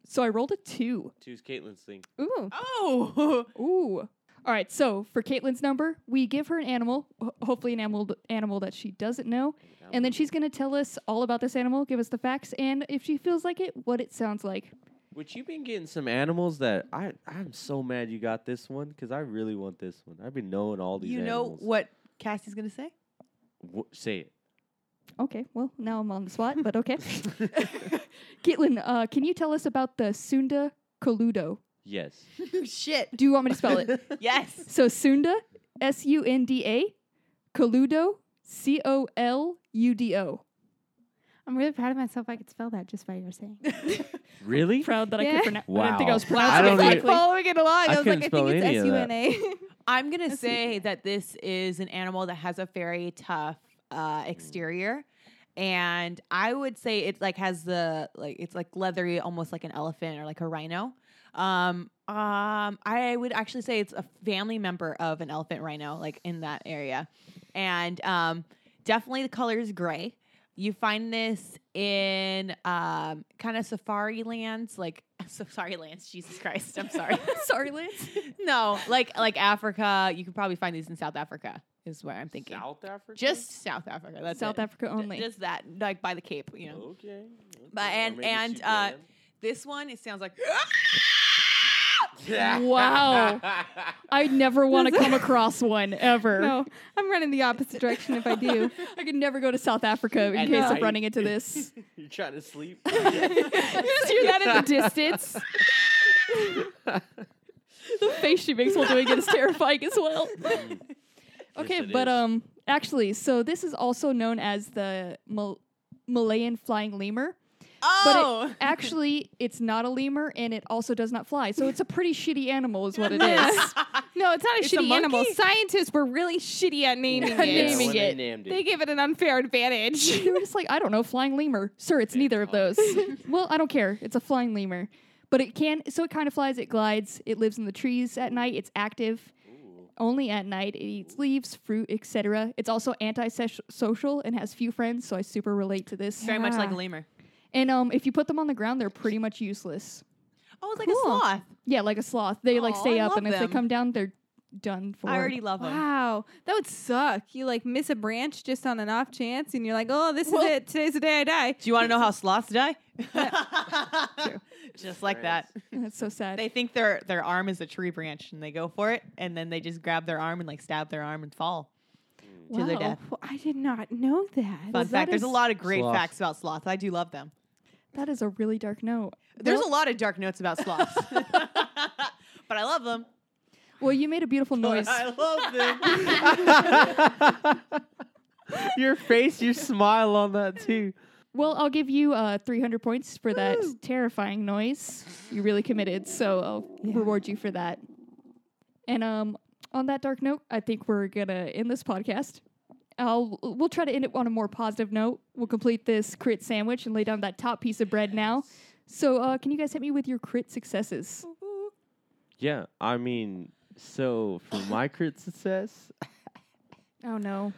S1: so I rolled a two.
S3: Choose Caitlin's thing.
S2: Ooh.
S4: Oh. <laughs>
S1: Ooh. All right. So for Caitlin's number, we give her an animal, ho- hopefully an animal animal that she doesn't know, and then she's gonna tell us all about this animal, give us the facts, and if she feels like it, what it sounds like.
S3: Which you've been getting some animals that I I'm so mad you got this one because I really want this one. I've been knowing all these.
S4: You know
S3: animals.
S4: what Cassie's going to say?
S3: Wha- say it.
S1: Okay. Well, now I'm on the spot, but
S3: <laughs>
S1: okay. <laughs> Caitlin, uh, can you tell us about the Sunda Coludo?
S3: Yes. <laughs>
S4: Shit.
S1: Do you want me to spell it?
S4: Yes. <laughs>
S1: So Sunda, S U N D A, Coludo, C O L U D O.
S2: I'm really proud of myself. I could spell that just by your saying.
S3: Really?
S1: Proud that I
S2: Yeah.
S1: could pronounce. I didn't think I
S3: Wow.
S1: was
S3: I
S1: pronouncing
S3: don't
S1: it
S3: even-
S2: like
S1: correctly.
S2: following it along.
S3: I
S2: I, was
S3: couldn't
S2: like, I
S3: spell
S2: think it's
S3: any
S2: S
S3: of
S2: U
S3: that.
S2: N A.
S4: I'm going to say that this is an animal that has a very tough uh, exterior. And I would say it like has the like it's like leathery, almost like an elephant or like a rhino. Um, um, I would actually say it's a family member of an elephant rhino, like in that area, and um, definitely the color is gray. You find this in um, kind of safari lands, like <laughs> safari lands. Jesus Christ, I'm sorry.
S1: <laughs>
S2: <laughs>
S1: Sorry, Lance.
S4: no, like like Africa. You could probably find these in South Africa. Is where I'm thinking.
S3: South Africa.
S4: Just South Africa. That's
S1: South
S4: it.
S1: Africa
S4: Ju-
S1: only.
S4: Just that, like by the Cape. You know.
S3: Okay.
S4: But and and uh, this one, it <gasps> sounds like.
S3: <laughs>
S1: Wow. I never want to come across one ever.
S2: No, I'm running the opposite direction if I do.
S1: <laughs> I could never go to South Africa in
S3: At
S1: case
S3: night.
S1: I'm running into this.
S3: <laughs> You're trying to sleep.
S2: you just hear that in the
S3: <laughs>
S2: distance.
S1: <laughs> the face she makes while doing it is terrifying as well.
S3: Mm. Yes,
S1: Okay,
S3: it
S1: but
S3: is.
S1: um, actually, so this is also known as the Mal- Malayan flying lemur.
S4: Oh,
S1: But it, actually, it's not a lemur, and it also does not fly. So it's a pretty shitty animal, is what it <laughs> is.
S2: No, it's not a
S4: a
S2: shitty animal.
S4: monkey?
S2: Scientists were really shitty at <laughs> naming
S1: Yeah,
S2: it.
S1: naming
S3: when
S1: it.
S3: They named
S2: They
S3: it.
S2: gave it an unfair <laughs> advantage.
S1: you were just like, I don't know, flying lemur. Sir, it's neither of those. <laughs> well, I don't care. It's a flying lemur. But it can, so it kind of flies, it glides, it lives in the trees at night, it's active. Only at night, it eats leaves, fruit, etc. It's also antisocial and has few friends, so I super relate to this.
S4: very much like a
S2: Yeah.
S4: lemur.
S1: And um, if you put them on the ground, they're pretty much useless.
S4: Oh, it's like
S1: Cool.
S4: a sloth.
S1: Yeah, like a sloth. They like
S4: Aw,
S1: stay
S4: I
S1: up,
S4: love
S1: and if
S4: them.
S1: they come down, they're done for.
S4: I already love them.
S2: Wow, that would suck. You like miss a branch just on an off chance, and you're like, "Oh, this
S4: Well-
S2: is it. Today's the day I die."
S4: Do you want to know how sloths die? <laughs> Just like
S3: Right.
S4: that.
S1: <laughs> That's so sad.
S4: They think their their arm is a tree branch and they go for it and then they just grab their arm and like stab their arm and fall to their
S1: Wow.
S4: death.
S2: Well, I did not know that.
S4: Fun fact, there's a lot of great
S3: Sloths.
S4: facts about sloths. I do love them.
S1: That is a really dark note.
S4: There's
S1: Well-
S4: a lot of dark notes about sloths. <laughs> but I love them.
S1: Well, you made a
S4: <laughs>
S1: beautiful noise.
S3: I Oh, love them. <laughs> your face, your smile on that too.
S1: Well, I'll give you uh, 300 points for that terrifying noise. You really committed, so I'll reward you for that. And um, on that dark note, I think we're gonna end this podcast. I'll we'll try to end it on a more positive note. We'll complete this crit sandwich and lay down that top piece of bread now. So, uh, can you guys hit me with your crit successes?
S3: Yeah, I mean, so for my crit <laughs> success,
S1: Oh no!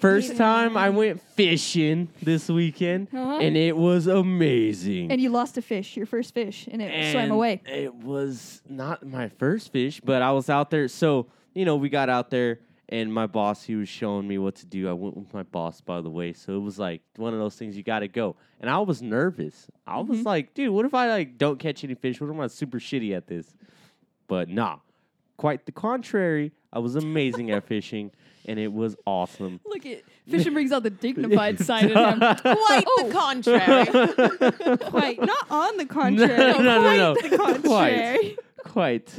S3: first time I went fishing this weekend,
S1: Uh-huh.
S3: and it was amazing.
S1: And you lost a fish, your first fish, and it swam
S3: And <laughs>
S1: away.
S3: It was not my first fish, but I was out there. So, you know, we got out there and my boss, he was showing me what to do. I went with my boss, by the way. So it was like one of those things you got to go. And I was nervous. I was
S1: Mm-hmm.
S3: like, dude, what if I like don't catch any fish? What am I super shitty at this? But nah, quite the contrary. I was amazing at fishing and it was awesome.
S1: Look at fishing brings out the dignified side of
S3: <laughs>
S1: him.
S4: Quite the contrary.
S2: Quite not on the
S3: No,
S2: contrary.
S3: no, no,
S2: quite
S3: no.
S2: The contrary.
S3: Quite. <laughs> Quite.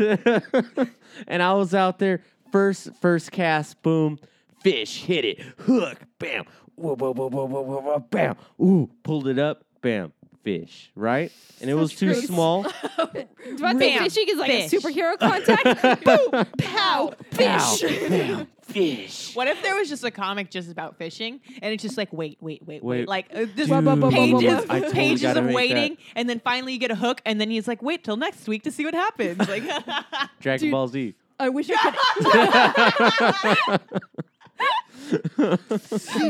S3: and I was out there first first cast, boom, fish hit it. Hook, bam. Whoa, whoa, whoa, whoa, whoa, whoa, whoa, bam. Ooh, pulled it up, bam, fish, right? And it was too
S1: gross.
S3: small.
S2: Devontae
S4: Bam.
S2: fishing is like
S4: Fish.
S2: a superhero contact. Boom,
S4: Pow.
S3: Pow, bam, fish.
S4: <laughs> What if there was just a comic just about fishing and it's just like wait, wait, wait, wait,
S3: Wait.
S4: like uh, this
S3: Dude,
S4: pages,
S3: I totally
S4: pages
S3: gotta
S4: of
S3: make that.
S4: waiting, and then finally you get a hook, and then he's like, wait till next week to see what <laughs> happens. Like,
S3: Dragon
S1: Dude.
S3: Ball Z.
S1: I wish I could.
S4: <laughs>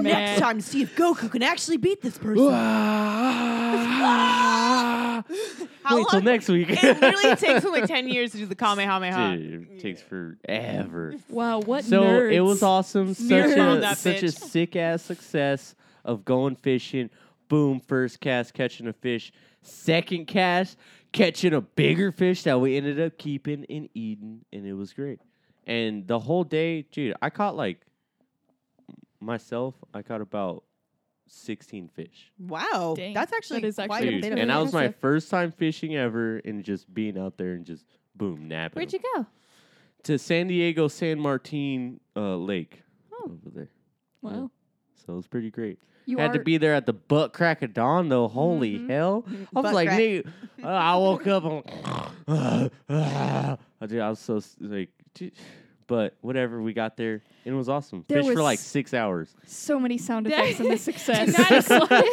S4: next time to see if Goku can actually beat this person. How
S3: Wait till
S4: long-
S3: next week.
S4: it
S3: <laughs>
S4: literally takes him like ten years to do the Kamehameha.
S3: Dude, it takes forever.
S1: Wow, what
S3: So
S1: nerds.
S3: it was awesome. Such
S1: Nerds.
S4: On
S3: a,
S4: that
S3: such a
S4: bitch.
S3: sick ass success of going fishing. Boom, first cast, catching a fish. Second cast, catching a bigger fish that we ended up keeping and eating. And it was great. And the whole day, dude, I caught like myself, I caught about 16 fish.
S4: Wow,
S1: Dang.
S4: that's actually
S1: That is
S4: quite
S1: actually
S4: a
S3: Dude,
S4: bit of
S3: and
S4: a-
S3: that was my
S1: impressive.
S3: first time fishing ever and just being out there and just boom, napping.
S2: <laughs> Where'd you go?
S3: to San Diego San Martin uh, Lake over there.
S1: Wow.
S3: So it was pretty great.
S1: You
S3: Had
S1: are
S3: to be there at the butt crack of dawn though. Holy hell! I was
S4: Butt
S3: like,
S4: crack.
S3: nigga, uh, I woke up. I'm like, <laughs> I did- I was so s- like, dude. but whatever. We got there and it was awesome.
S1: There
S3: Fish for like
S1: was-
S3: six hours.
S1: so many sound
S4: <laughs>
S1: effects in this success.
S2: Not
S1: <laughs>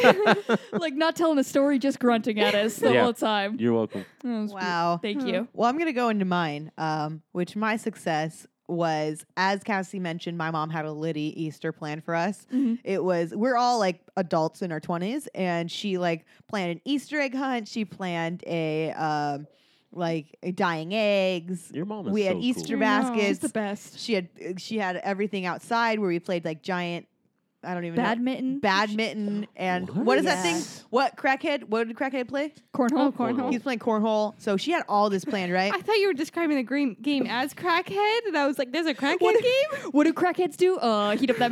S1: like not telling a story, just grunting at us the
S3: Yeah.
S1: whole time.
S3: You're welcome.
S1: That was
S4: wow.
S1: Oh. beautiful. Thank you.
S4: Well, I'm gonna go into mine, um, which my success was as Cassie mentioned, my mom had a litty Easter plan for us.
S1: Mm-hmm.
S4: It was we're all like adults in our twenties, and she like planned an Easter egg hunt. She planned a um, like dying eggs.
S3: Your mom is
S4: we had
S3: so
S4: Easter
S3: cool.
S4: baskets.
S1: She's the best.
S4: She had she had everything outside where we played like giant. I don't even know
S1: Badminton,
S4: badminton and
S3: What?
S4: what is that thing?
S1: Yes.
S4: What crackhead? What did crackhead play?
S1: cornhole,
S3: cornhole.
S1: cornhole.
S4: He was playing oh, cornhole. So she had all this planned, right?
S2: I thought you were describing the green game as crackhead, and I was like, "There's a crackhead game."
S1: What do crackheads do? Uh, heat up that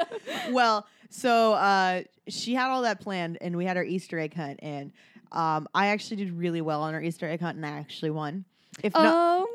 S4: <laughs>
S1: meth.
S4: well, so uh, she had all that planned, and we had our Easter egg hunt, and um, I actually did really well on our Easter egg hunt, and I actually won. If
S1: <laughs>
S4: not,
S1: um,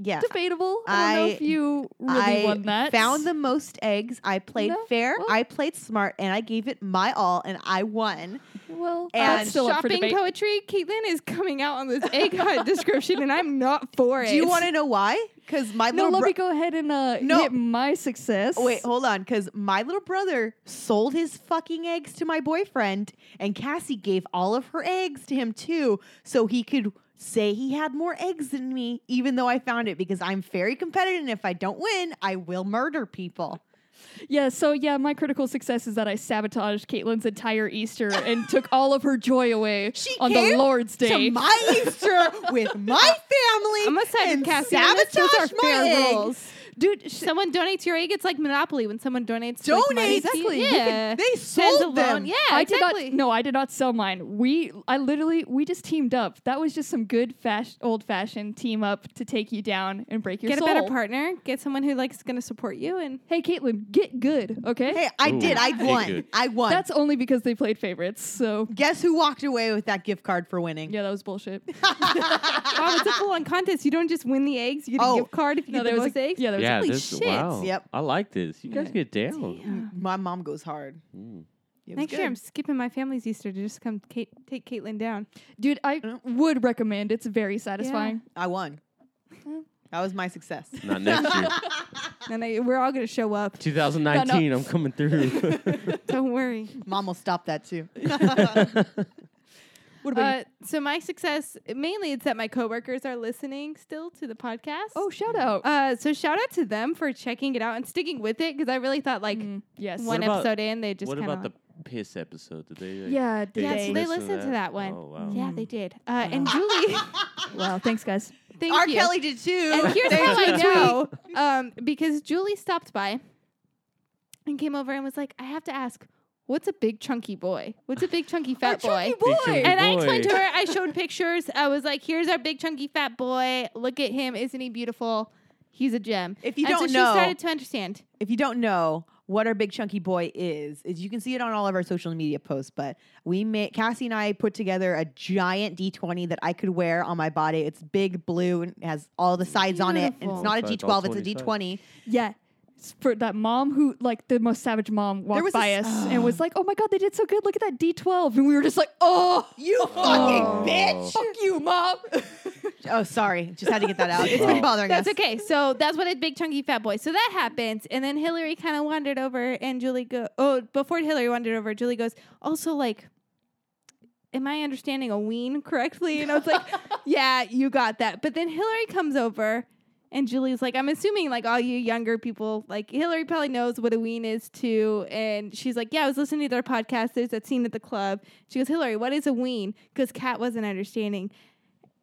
S4: yeah,
S1: debatable. I don't know
S4: I-
S1: if you really
S4: I
S1: won that.
S4: found the most eggs. I played
S1: No?
S4: fair.
S1: Well-
S4: I played smart, and I gave it my all, and I won.
S1: well,
S4: and
S1: that's still up for
S2: Shopping
S1: debate.
S2: poetry. Caitlin is coming out on this
S1: <laughs>
S2: egg hunt description, and I'm not for it.
S4: Do you want to know why? Because my
S1: no,
S4: little
S1: let
S4: bro-
S1: me go ahead and uh,
S4: No. Oh,
S1: hit my success.
S4: Wait, hold on, because my little brother sold his fucking eggs to my boyfriend, and Cassie gave all of her eggs to him too, so he could say he had more eggs than me, even though I found it because I'm very competitive, and if I don't win, I will murder people.
S1: Yeah, so yeah, my critical success is that I sabotaged Caitlin's entire Easter and took all of her joy away
S4: She
S1: on the
S4: came
S1: Lord's Day.
S4: To my Easter with my family,
S2: I'm a side
S4: and
S2: with Cassie. on this.
S4: sabotage
S2: Those are
S4: my
S2: fair
S4: eggs.
S2: rules. Dude, someone donates your egg. It's like Monopoly when someone donates. Like money.
S4: Donate
S1: Exactly. You can-
S2: Yeah.
S4: They
S2: Stands
S4: sold them.
S2: alone. Yeah.
S1: I
S2: exactly.
S1: did not. No, I did not sell mine. We, I literally, we just teamed up. That was just some good, fash, old-fashioned team up to take you down and break your
S2: Get
S1: soul.
S2: a better partner. Get someone who like is going to support you <laughs> and
S1: Hey, Caitlin, get good, okay?
S4: Hey, I
S3: Ooh,
S4: did. I
S3: okay,
S4: won.
S3: good.
S4: I won.
S1: That's only because they played favorites. So <laughs>
S4: Guess who walked away with that gift card for winning?
S1: yeah, that was bullshit.
S2: wow, it's a full on contest. You don't just win the eggs. You get
S4: Oh.
S2: a gift card if you
S1: No,
S2: get
S1: there
S2: the
S1: was
S2: most
S1: a,
S2: eggs.
S1: yeah, there was
S3: Yeah,
S2: Holy
S3: this
S2: shit.
S3: wow.
S4: Yep.
S3: I like this. You guys get down.
S1: Mm,
S4: My mom goes hard.
S3: Mm.
S4: It was
S2: Next year,
S4: good.
S2: I'm skipping my family's Easter to just come Kate, take Caitlin down.
S1: Dude, I
S4: Mm.
S1: would recommend. It's very satisfying.
S4: I won. That was my success.
S3: Not next <laughs> year.
S2: And I, we're all going to show up.
S3: 2019, I'm coming through.
S2: Don't worry.
S4: <laughs> Mom will stop that too.
S1: What about you?
S2: Uh, so my success mainly it's that my coworkers are listening still to the podcast.
S1: Oh, shout out.
S2: uh, so shout out to them for checking it out and sticking with it because I really thought like
S1: Mm, yes.
S2: one
S3: about-
S2: episode in they
S3: <laughs>
S2: just
S3: what
S2: kinda
S3: about the piss episode? Did they? Like,
S1: Yeah,
S3: did
S2: Yeah,
S1: they-
S2: so
S3: <laughs>
S2: they listened to that one.
S3: Oh wow.
S2: yeah they did uh,
S3: <laughs>
S2: and
S4: <laughs>
S2: Julie <laughs>
S1: Wow, thanks guys.
S2: thank
S4: R.
S2: you.
S4: Kelly did too.
S2: And here's
S4: Thank
S2: how
S4: you.
S2: I know um, because Julie stopped by and came over and was like, I have to ask, what's a big chunky boy? What's a big chunky fat boy?
S3: Big chunky
S2: And I explained
S3: boy.
S2: to her, I showed pictures. I was like, here's our big chunky fat boy. Look at him. Isn't he beautiful? He's a gem.
S4: If you
S2: and
S4: don't
S2: so
S4: know-
S2: she started to understand.
S4: If you don't know what our big chunky boy is, is you can see it on all of our social media posts. But we made Cassie and I put together a giant D20 that I could wear on my body. It's big blue and it has all the sides on it. And
S2: Beautiful.
S4: it's not a
S3: Sides, all
S4: D12, it's a
S3: 20 sides.
S4: D20.
S1: Yeah. It's For that mom who, like, the most savage mom walked
S4: was
S1: by
S4: this-
S1: us and was like, oh my God, they did so good. Look at that D12. And we were just like, oh,
S4: You fucking
S3: Oh.
S1: <laughs>
S4: bitch!
S1: fuck you, mom.
S4: Oh, sorry. Just had to get that out. It's been
S3: Wow.
S4: bothering
S2: That's
S4: us.
S2: okay. So that's what a big chunky fat boy. So that happens, and then Hillary kind of wandered over, and Julie go. Oh, before Hillary wandered over, Julie goes. Also, like, am I understanding a ween correctly? And I was like, Yeah, you got that. But then Hillary comes over, and Julie's like, I'm assuming like all you younger people, like Hillary probably knows what a ween is too. And she's like, Yeah, I was listening to their podcast. There's that scene at the club. She goes, Hillary, what is a ween? Because Kat wasn't understanding.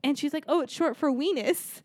S2: And she's like, oh, it's short for weenus.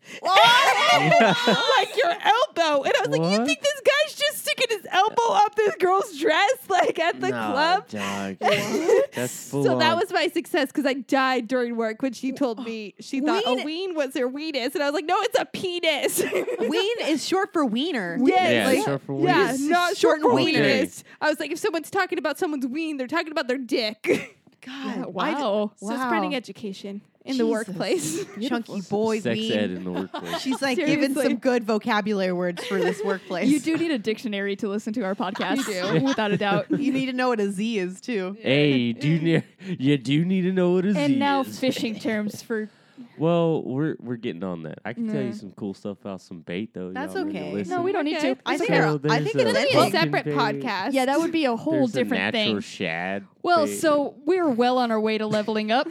S4: <laughs>
S2: like your elbow. And I was like, you
S3: What?
S2: think this guy's just sticking his elbow up this girl's dress, like at the
S3: Nah,
S2: club?
S3: dog. That's full
S2: So that
S3: on.
S2: was my success because I died during work when she told me she thought a
S4: Ween-
S2: ween was her weenus, and I was like, no, it's a penis. <laughs>
S4: Ween is short for wiener.
S3: Yeah,
S2: Yes,
S3: short for
S2: yeah,
S3: weenus.
S2: not
S4: Short
S2: short for
S4: weenus.
S3: Okay.
S2: weenus. I was like, if someone's talking about someone's ween, they're talking about their dick. <laughs>
S4: God, I d-
S1: wow.
S2: so
S4: Wow.
S2: spreading education in the
S4: Jesus.
S2: workplace. <laughs>
S4: chunky boy
S3: Sex
S4: ween.
S3: ed in the workplace.
S4: <laughs> She's like giving
S2: Seriously.
S4: some good vocabulary words for this workplace.
S1: You do need a dictionary to listen to our podcast,
S2: do.
S1: <laughs> without a
S3: <laughs>
S1: doubt.
S4: You need to know what a Z is too.
S3: hey, do you, ne- you do need to know what a Z
S1: Mm. and now
S3: is.
S1: fishing terms for
S3: <laughs> Well, we're we're getting on that. I can tell you some cool stuff about some bait though.
S4: That's
S3: Y'all really
S4: okay.
S3: listen.
S1: no, we don't need
S2: Okay.
S1: to.
S4: I
S1: It's
S4: think
S1: okay.
S4: they're- I
S3: there's
S4: think
S3: a
S4: it's
S2: That'll be a
S4: Fucking
S2: separate
S3: bait.
S2: podcast.
S1: yeah, that would be a whole
S3: There's
S1: different
S3: a natural
S1: thing.
S3: shad.
S1: Well,
S3: bait.
S1: so we're well on our way to leveling up,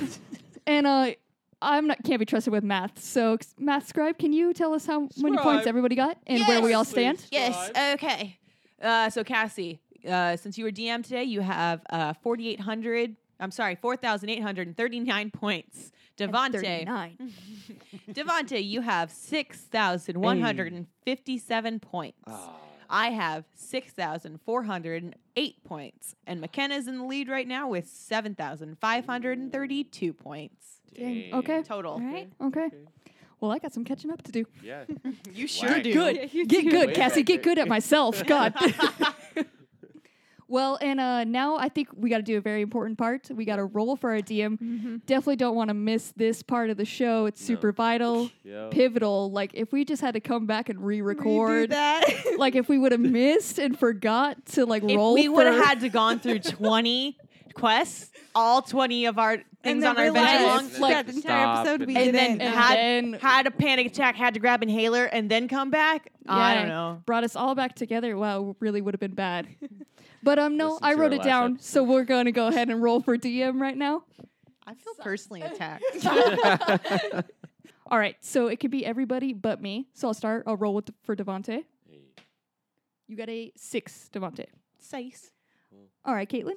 S1: and uh, I'm not can't be trusted with math. So, math scribe, can you tell us how many points
S3: Scribe.
S1: everybody got and where we all
S3: Please.
S1: stand?
S3: Yes,
S4: Okay. Uh, so Cassie, uh, since you were DM today, you have uh, 4,800. I'm sorry, 4,839 points. Devante,
S1: Nine.
S4: Devante, you have 6,157 points.
S5: Oh.
S4: I have 6,408 points. And McKenna's in the lead right now with 7,532 points
S1: Dang. Okay.
S4: total.
S2: All
S5: <laughs>
S2: right.
S4: Mm-hmm.
S1: Okay. Well, I got some catching up to
S4: <laughs>
S1: do. <laughs>
S3: Yeah.
S4: You
S3: sure Wow. do.
S1: Good. Get good,
S3: Way
S1: Cassie.
S3: better.
S1: Get good at
S3: <laughs>
S1: myself.
S4: <laughs>
S1: God. <laughs> well, and uh, now I think we got to do a very important part. We got to roll for our DM.
S2: Mm-hmm.
S1: Definitely don't want to miss this part of the show. It's super vital,
S3: Yeah.
S1: <laughs> pivotal. Like if we just had to come back and re-record, <laughs>
S5: that.
S1: like if we would
S3: <laughs>
S1: have missed and forgot to like
S4: If
S1: roll.
S4: we would have
S1: for-
S4: had to
S1: <laughs>
S4: gone through 20 quests, all 20 of our things
S2: then
S4: on our
S2: realized
S4: bench
S1: realize,
S4: long
S1: like-
S4: like,
S2: that entire
S3: Stop
S2: episode
S3: it.
S2: we
S3: And
S2: didn't.
S4: then-
S1: and
S4: had-
S5: <laughs>
S1: then
S4: had a panic attack, had to grab inhaler, and then come back. I
S1: Yeah.
S4: don't know.
S1: brought us all back together. Wow, really would have been
S3: <laughs>
S1: bad. But um, no,
S3: Listen
S1: I
S3: to
S1: wrote
S3: our
S1: it
S3: last
S1: down,
S3: episode.
S1: so we're gonna go ahead and roll for DM right now.
S5: I feel <laughs> personally attacked.
S1: All right, so it could be everybody but me. So I'll start. I'll roll with for Devante. You got a six, Devante.
S4: Sice.
S1: All right, Caitlin.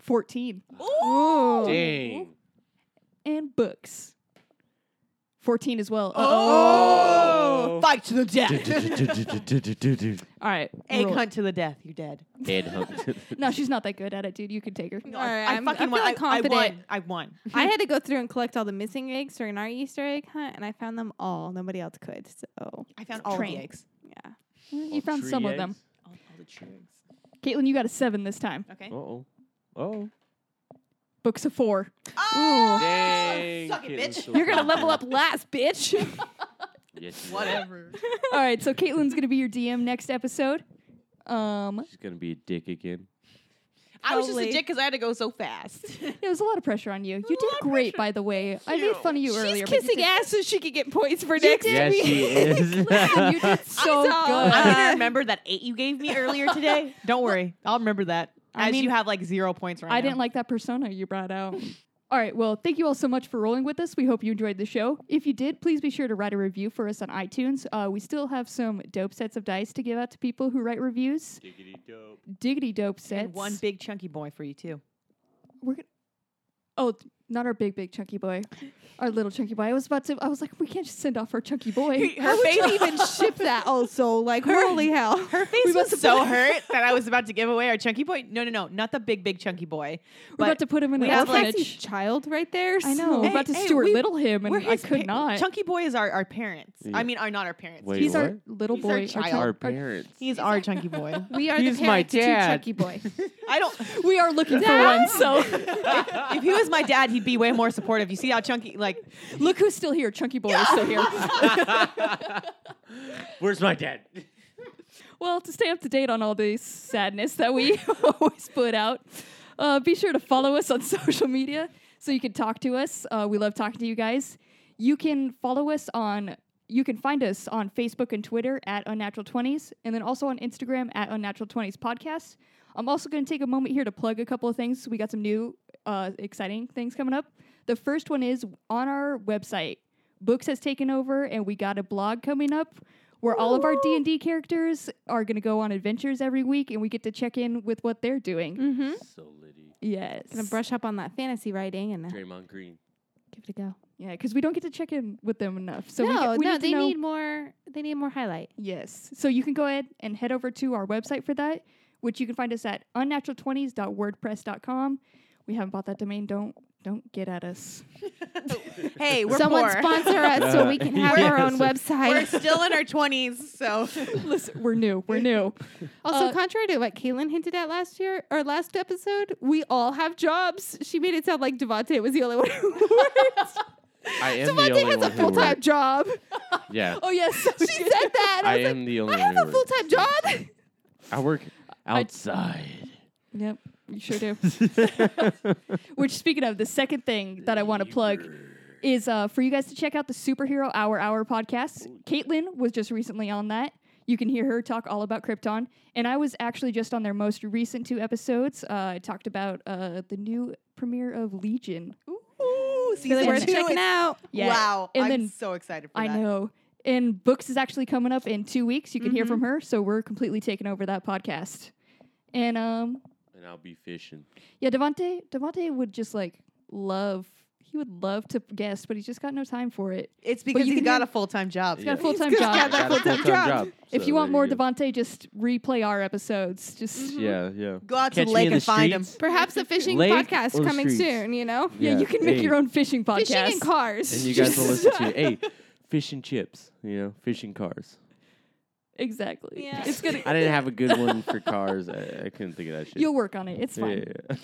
S1: Fourteen
S4: Ooh.
S3: <laughs>
S1: <laughs>
S3: Dang. <laughs>
S1: and books. Fourteen as well.
S3: Oh.
S5: Fight to the death.
S4: <laughs>
S1: All right.
S5: Egg
S1: roll.
S5: hunt to the death. You're dead.
S3: Dead hook.
S1: No, she's not that good at it, dude. You can take her.
S2: All right,
S4: I
S2: I'm-
S4: fucking
S2: I'm
S4: won.
S2: feeling
S4: I, I
S2: confident.
S4: won. I won.
S2: I had to go through and collect all the missing eggs during our Easter egg hunt, and I found them all. Nobody else could. So
S4: I found all
S2: Train.
S4: the eggs.
S2: yeah,
S1: You found some of them.
S4: All, all the true eggs.
S1: Caitlin, you got a seven this time.
S4: Okay.
S3: Uh oh. Oh.
S1: Books a four.
S3: Dang.
S5: suck it,
S3: Caitlin
S5: bitch.
S3: so
S2: you're gonna
S3: good.
S2: level up last, bitch.
S3: Yes, you are.
S5: Whatever.
S1: All right, so Caitlin's gonna be your DM next episode. Um,
S3: She's gonna be a dick again.
S4: <laughs> I was just a
S2: Totally.
S4: dick because I had to go so fast.
S1: it was a lot of pressure on you. You did great, by the way. I made fun of you earlier.
S2: She's
S1: but you
S2: kissing
S1: did-
S2: ass so she could get points for next
S3: Yes,
S2: week.
S3: she
S1: <laughs>
S3: is. <laughs>
S1: you did so
S2: saw.
S1: good.
S4: I'm
S2: Uh,
S4: gonna remember that eight you gave me earlier today. Don't worry, I'll remember that.
S1: I
S4: As
S1: mean,
S4: you have like zero points right now.
S1: I didn't like that persona you brought out. <laughs> all right, well, thank you all so much for rolling with us. We hope you enjoyed the show. If you did, please be sure to write a review for us on iTunes. Uh, we still have some dope sets of dice to give out to people who write reviews.
S3: Diggity dope.
S1: Diggity dope sets.
S4: And one big chunky boy for you too.
S1: We're gonna. Oh, th- not our big, big chunky boy. Our little chunky boy. I was about to. I was like, we can't just send off our chunky boy.
S2: How would you even
S1: <laughs>
S2: ship that? <laughs> Also, like holy hell.
S4: <laughs> Her face was so hurt that I was about to give away our chunky boy. No, no, no, not the big, big chunky boy.
S1: We're about to put him in an
S4: we have, like,
S1: orphanage.
S2: child right there.
S1: I know.
S2: so-
S1: We're about to
S4: hey,
S1: Stuart
S4: we-
S1: Little him, and
S4: We're
S1: I
S4: his
S1: could
S4: pa-
S1: not.
S4: Chunky boy is our, our parents.
S3: Yeah.
S4: I mean, are not our parents.
S3: Wait,
S1: He's our
S3: What?
S1: little
S4: He's our
S1: boy.
S4: child.
S3: Our
S1: our-
S3: parents.
S4: He's our
S1: <laughs>
S4: chunky boy.
S2: We are
S3: He's
S2: the
S3: my
S2: parents to
S3: dad.
S2: Chucky Boy.
S4: I don't.
S1: we are looking for one. So <laughs>
S4: If he was my dad, he'd be way more supportive. You see how chunky, like,
S1: look who's still here. Chunky boy is still
S2: <laughs>
S1: here.
S3: Where's my dad?
S1: Well, to stay up to date on all the sadness that we <laughs> always put out, uh, be sure to follow us on <laughs> social media so you can talk to us. Uh, we love talking to you guys. You can follow us on, you can find us on Facebook and Twitter at Unnatural 20s, and then also on Instagram at Unnatural 20s Podcast. I'm also going to take a moment here to plug a couple of things. We got some new, uh, exciting things coming up. The first one is on our website, Books has taken over, and we got a blog coming up where all of our D&D characters are going to go on adventures every week and we get to check in with what they're doing.
S2: Mm-hmm.
S3: So litty.
S1: Yes.
S2: Gonna brush up on that fantasy writing and uh,
S3: Draymond Green.
S2: give it a go.
S1: Yeah, cuz we don't get to check in with them enough. So we
S2: no,
S1: get- we,
S2: no,
S1: need to
S2: they
S1: know-
S2: need more. They need more highlight.
S1: Yes. So you can go ahead and head over to our website for that, which you can find us at unnatural20s.wordpress.com. We haven't bought that domain. Don't don't get at
S2: <laughs>
S1: us.
S4: hey, we're
S2: Someone
S4: poor.
S2: sponsor us so
S3: <laughs>
S2: we can have
S3: Yeah,
S2: our own
S4: <laughs>
S3: so-
S4: we're
S2: website.
S4: still in our twenties, so <laughs>
S1: Listen, we're new. We're
S2: <laughs>
S1: new.
S2: Also,
S1: uh,
S2: contrary to what Caitlin hinted at last year or last episode, we all have jobs. She made it sound like Devante was the only one who <laughs>
S3: <laughs>
S2: worked.
S3: I am the
S2: Devante
S3: only
S2: has
S3: one
S2: a
S3: who
S2: full time
S3: worked.
S2: job.
S3: Yeah.
S1: Oh <laughs> yes.
S2: She said that.
S3: I
S2: was like,
S3: am the only
S2: I
S3: one who
S2: have a full
S3: worked.
S2: time job.
S3: I work outside.
S1: Yep, you sure do. Which, speaking of, the second thing that I want to plug is uh, for you guys to check out the Superhero Hour Hour podcast. Caitlin was just recently on that. You can hear her talk all about Krypton. And I was actually just on their most recent two episodes. Uh, I talked about uh, the new premiere of Legion.
S5: Ooh, season
S2: Really worth
S5: two.
S2: checking
S5: It's-
S2: out.
S1: Yeah.
S5: Wow,
S1: And
S5: I'm
S1: then-
S5: so excited for
S1: I
S5: that.
S1: know. And Books is actually coming up in two weeks. You can hear from her. So we're completely taking over that podcast. And um,
S3: and I'll be fishing.
S1: yeah, Devonte Devonte would just like love. He would love to guest, but he's just got no time for it.
S5: It's because
S1: you
S5: he
S1: can
S5: got
S1: hear-
S5: a full time job.
S1: He's got a
S3: Yeah.
S1: full time
S5: He's
S1: job.
S5: got that
S3: Got a
S5: full-time
S3: full-time
S5: job.
S1: if
S3: so
S1: you want
S3: there
S1: more
S3: go.
S1: Devonte, just replay our episodes. Just
S3: yeah, yeah.
S5: Go out to the
S3: Catch me
S5: lake
S3: in the
S5: and find him.
S3: streets.
S2: Perhaps a fishing
S3: Lake or
S2: podcast
S3: the
S2: coming
S3: streets?
S2: soon, you know?
S1: yeah, you can make
S3: hey.
S1: your own fishing podcast.
S2: Mm-hmm. Fishing in cars.
S3: And you guys will listen
S2: <laughs>
S3: to hey, fish and chips, you know, fishing cars.
S1: Exactly.
S2: Yeah.
S1: It's gonna.
S3: <laughs> I didn't have a good one for cars. I, I couldn't think of that shit.
S1: You'll work on it. It's fine.
S3: Yeah.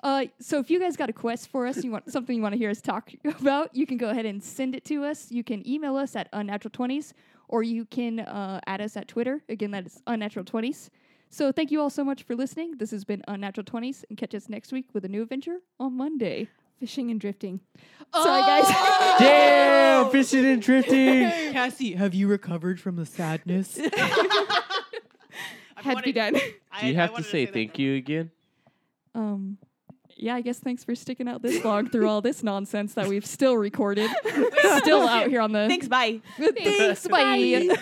S1: Uh, so if you guys got a quest for us, you
S2: <laughs>
S1: want something you want to hear us talk <laughs> about, you can go ahead and send it to us. You can email us at unnatural20s or you can uh, add us at Twitter. Again, that is unnatural20s. So thank you all so much for listening. This has been Unnatural 20s and catch us next week with a new adventure on Monday. Oh!
S2: Fishing and drifting.
S1: Sorry <laughs>
S3: Oh,
S1: guys.
S3: Damn, fishing and <laughs> drifting.
S5: Cassie, have you recovered from the
S4: <laughs>
S5: sadness?
S2: Had to be done.
S3: Do you have to say thank you again?
S1: <laughs> um yeah, I guess thanks for sticking out this long through all this nonsense that we've still recorded. <laughs> still out here on the
S2: <laughs>
S5: Thanks, bye.
S1: Thanks, bye.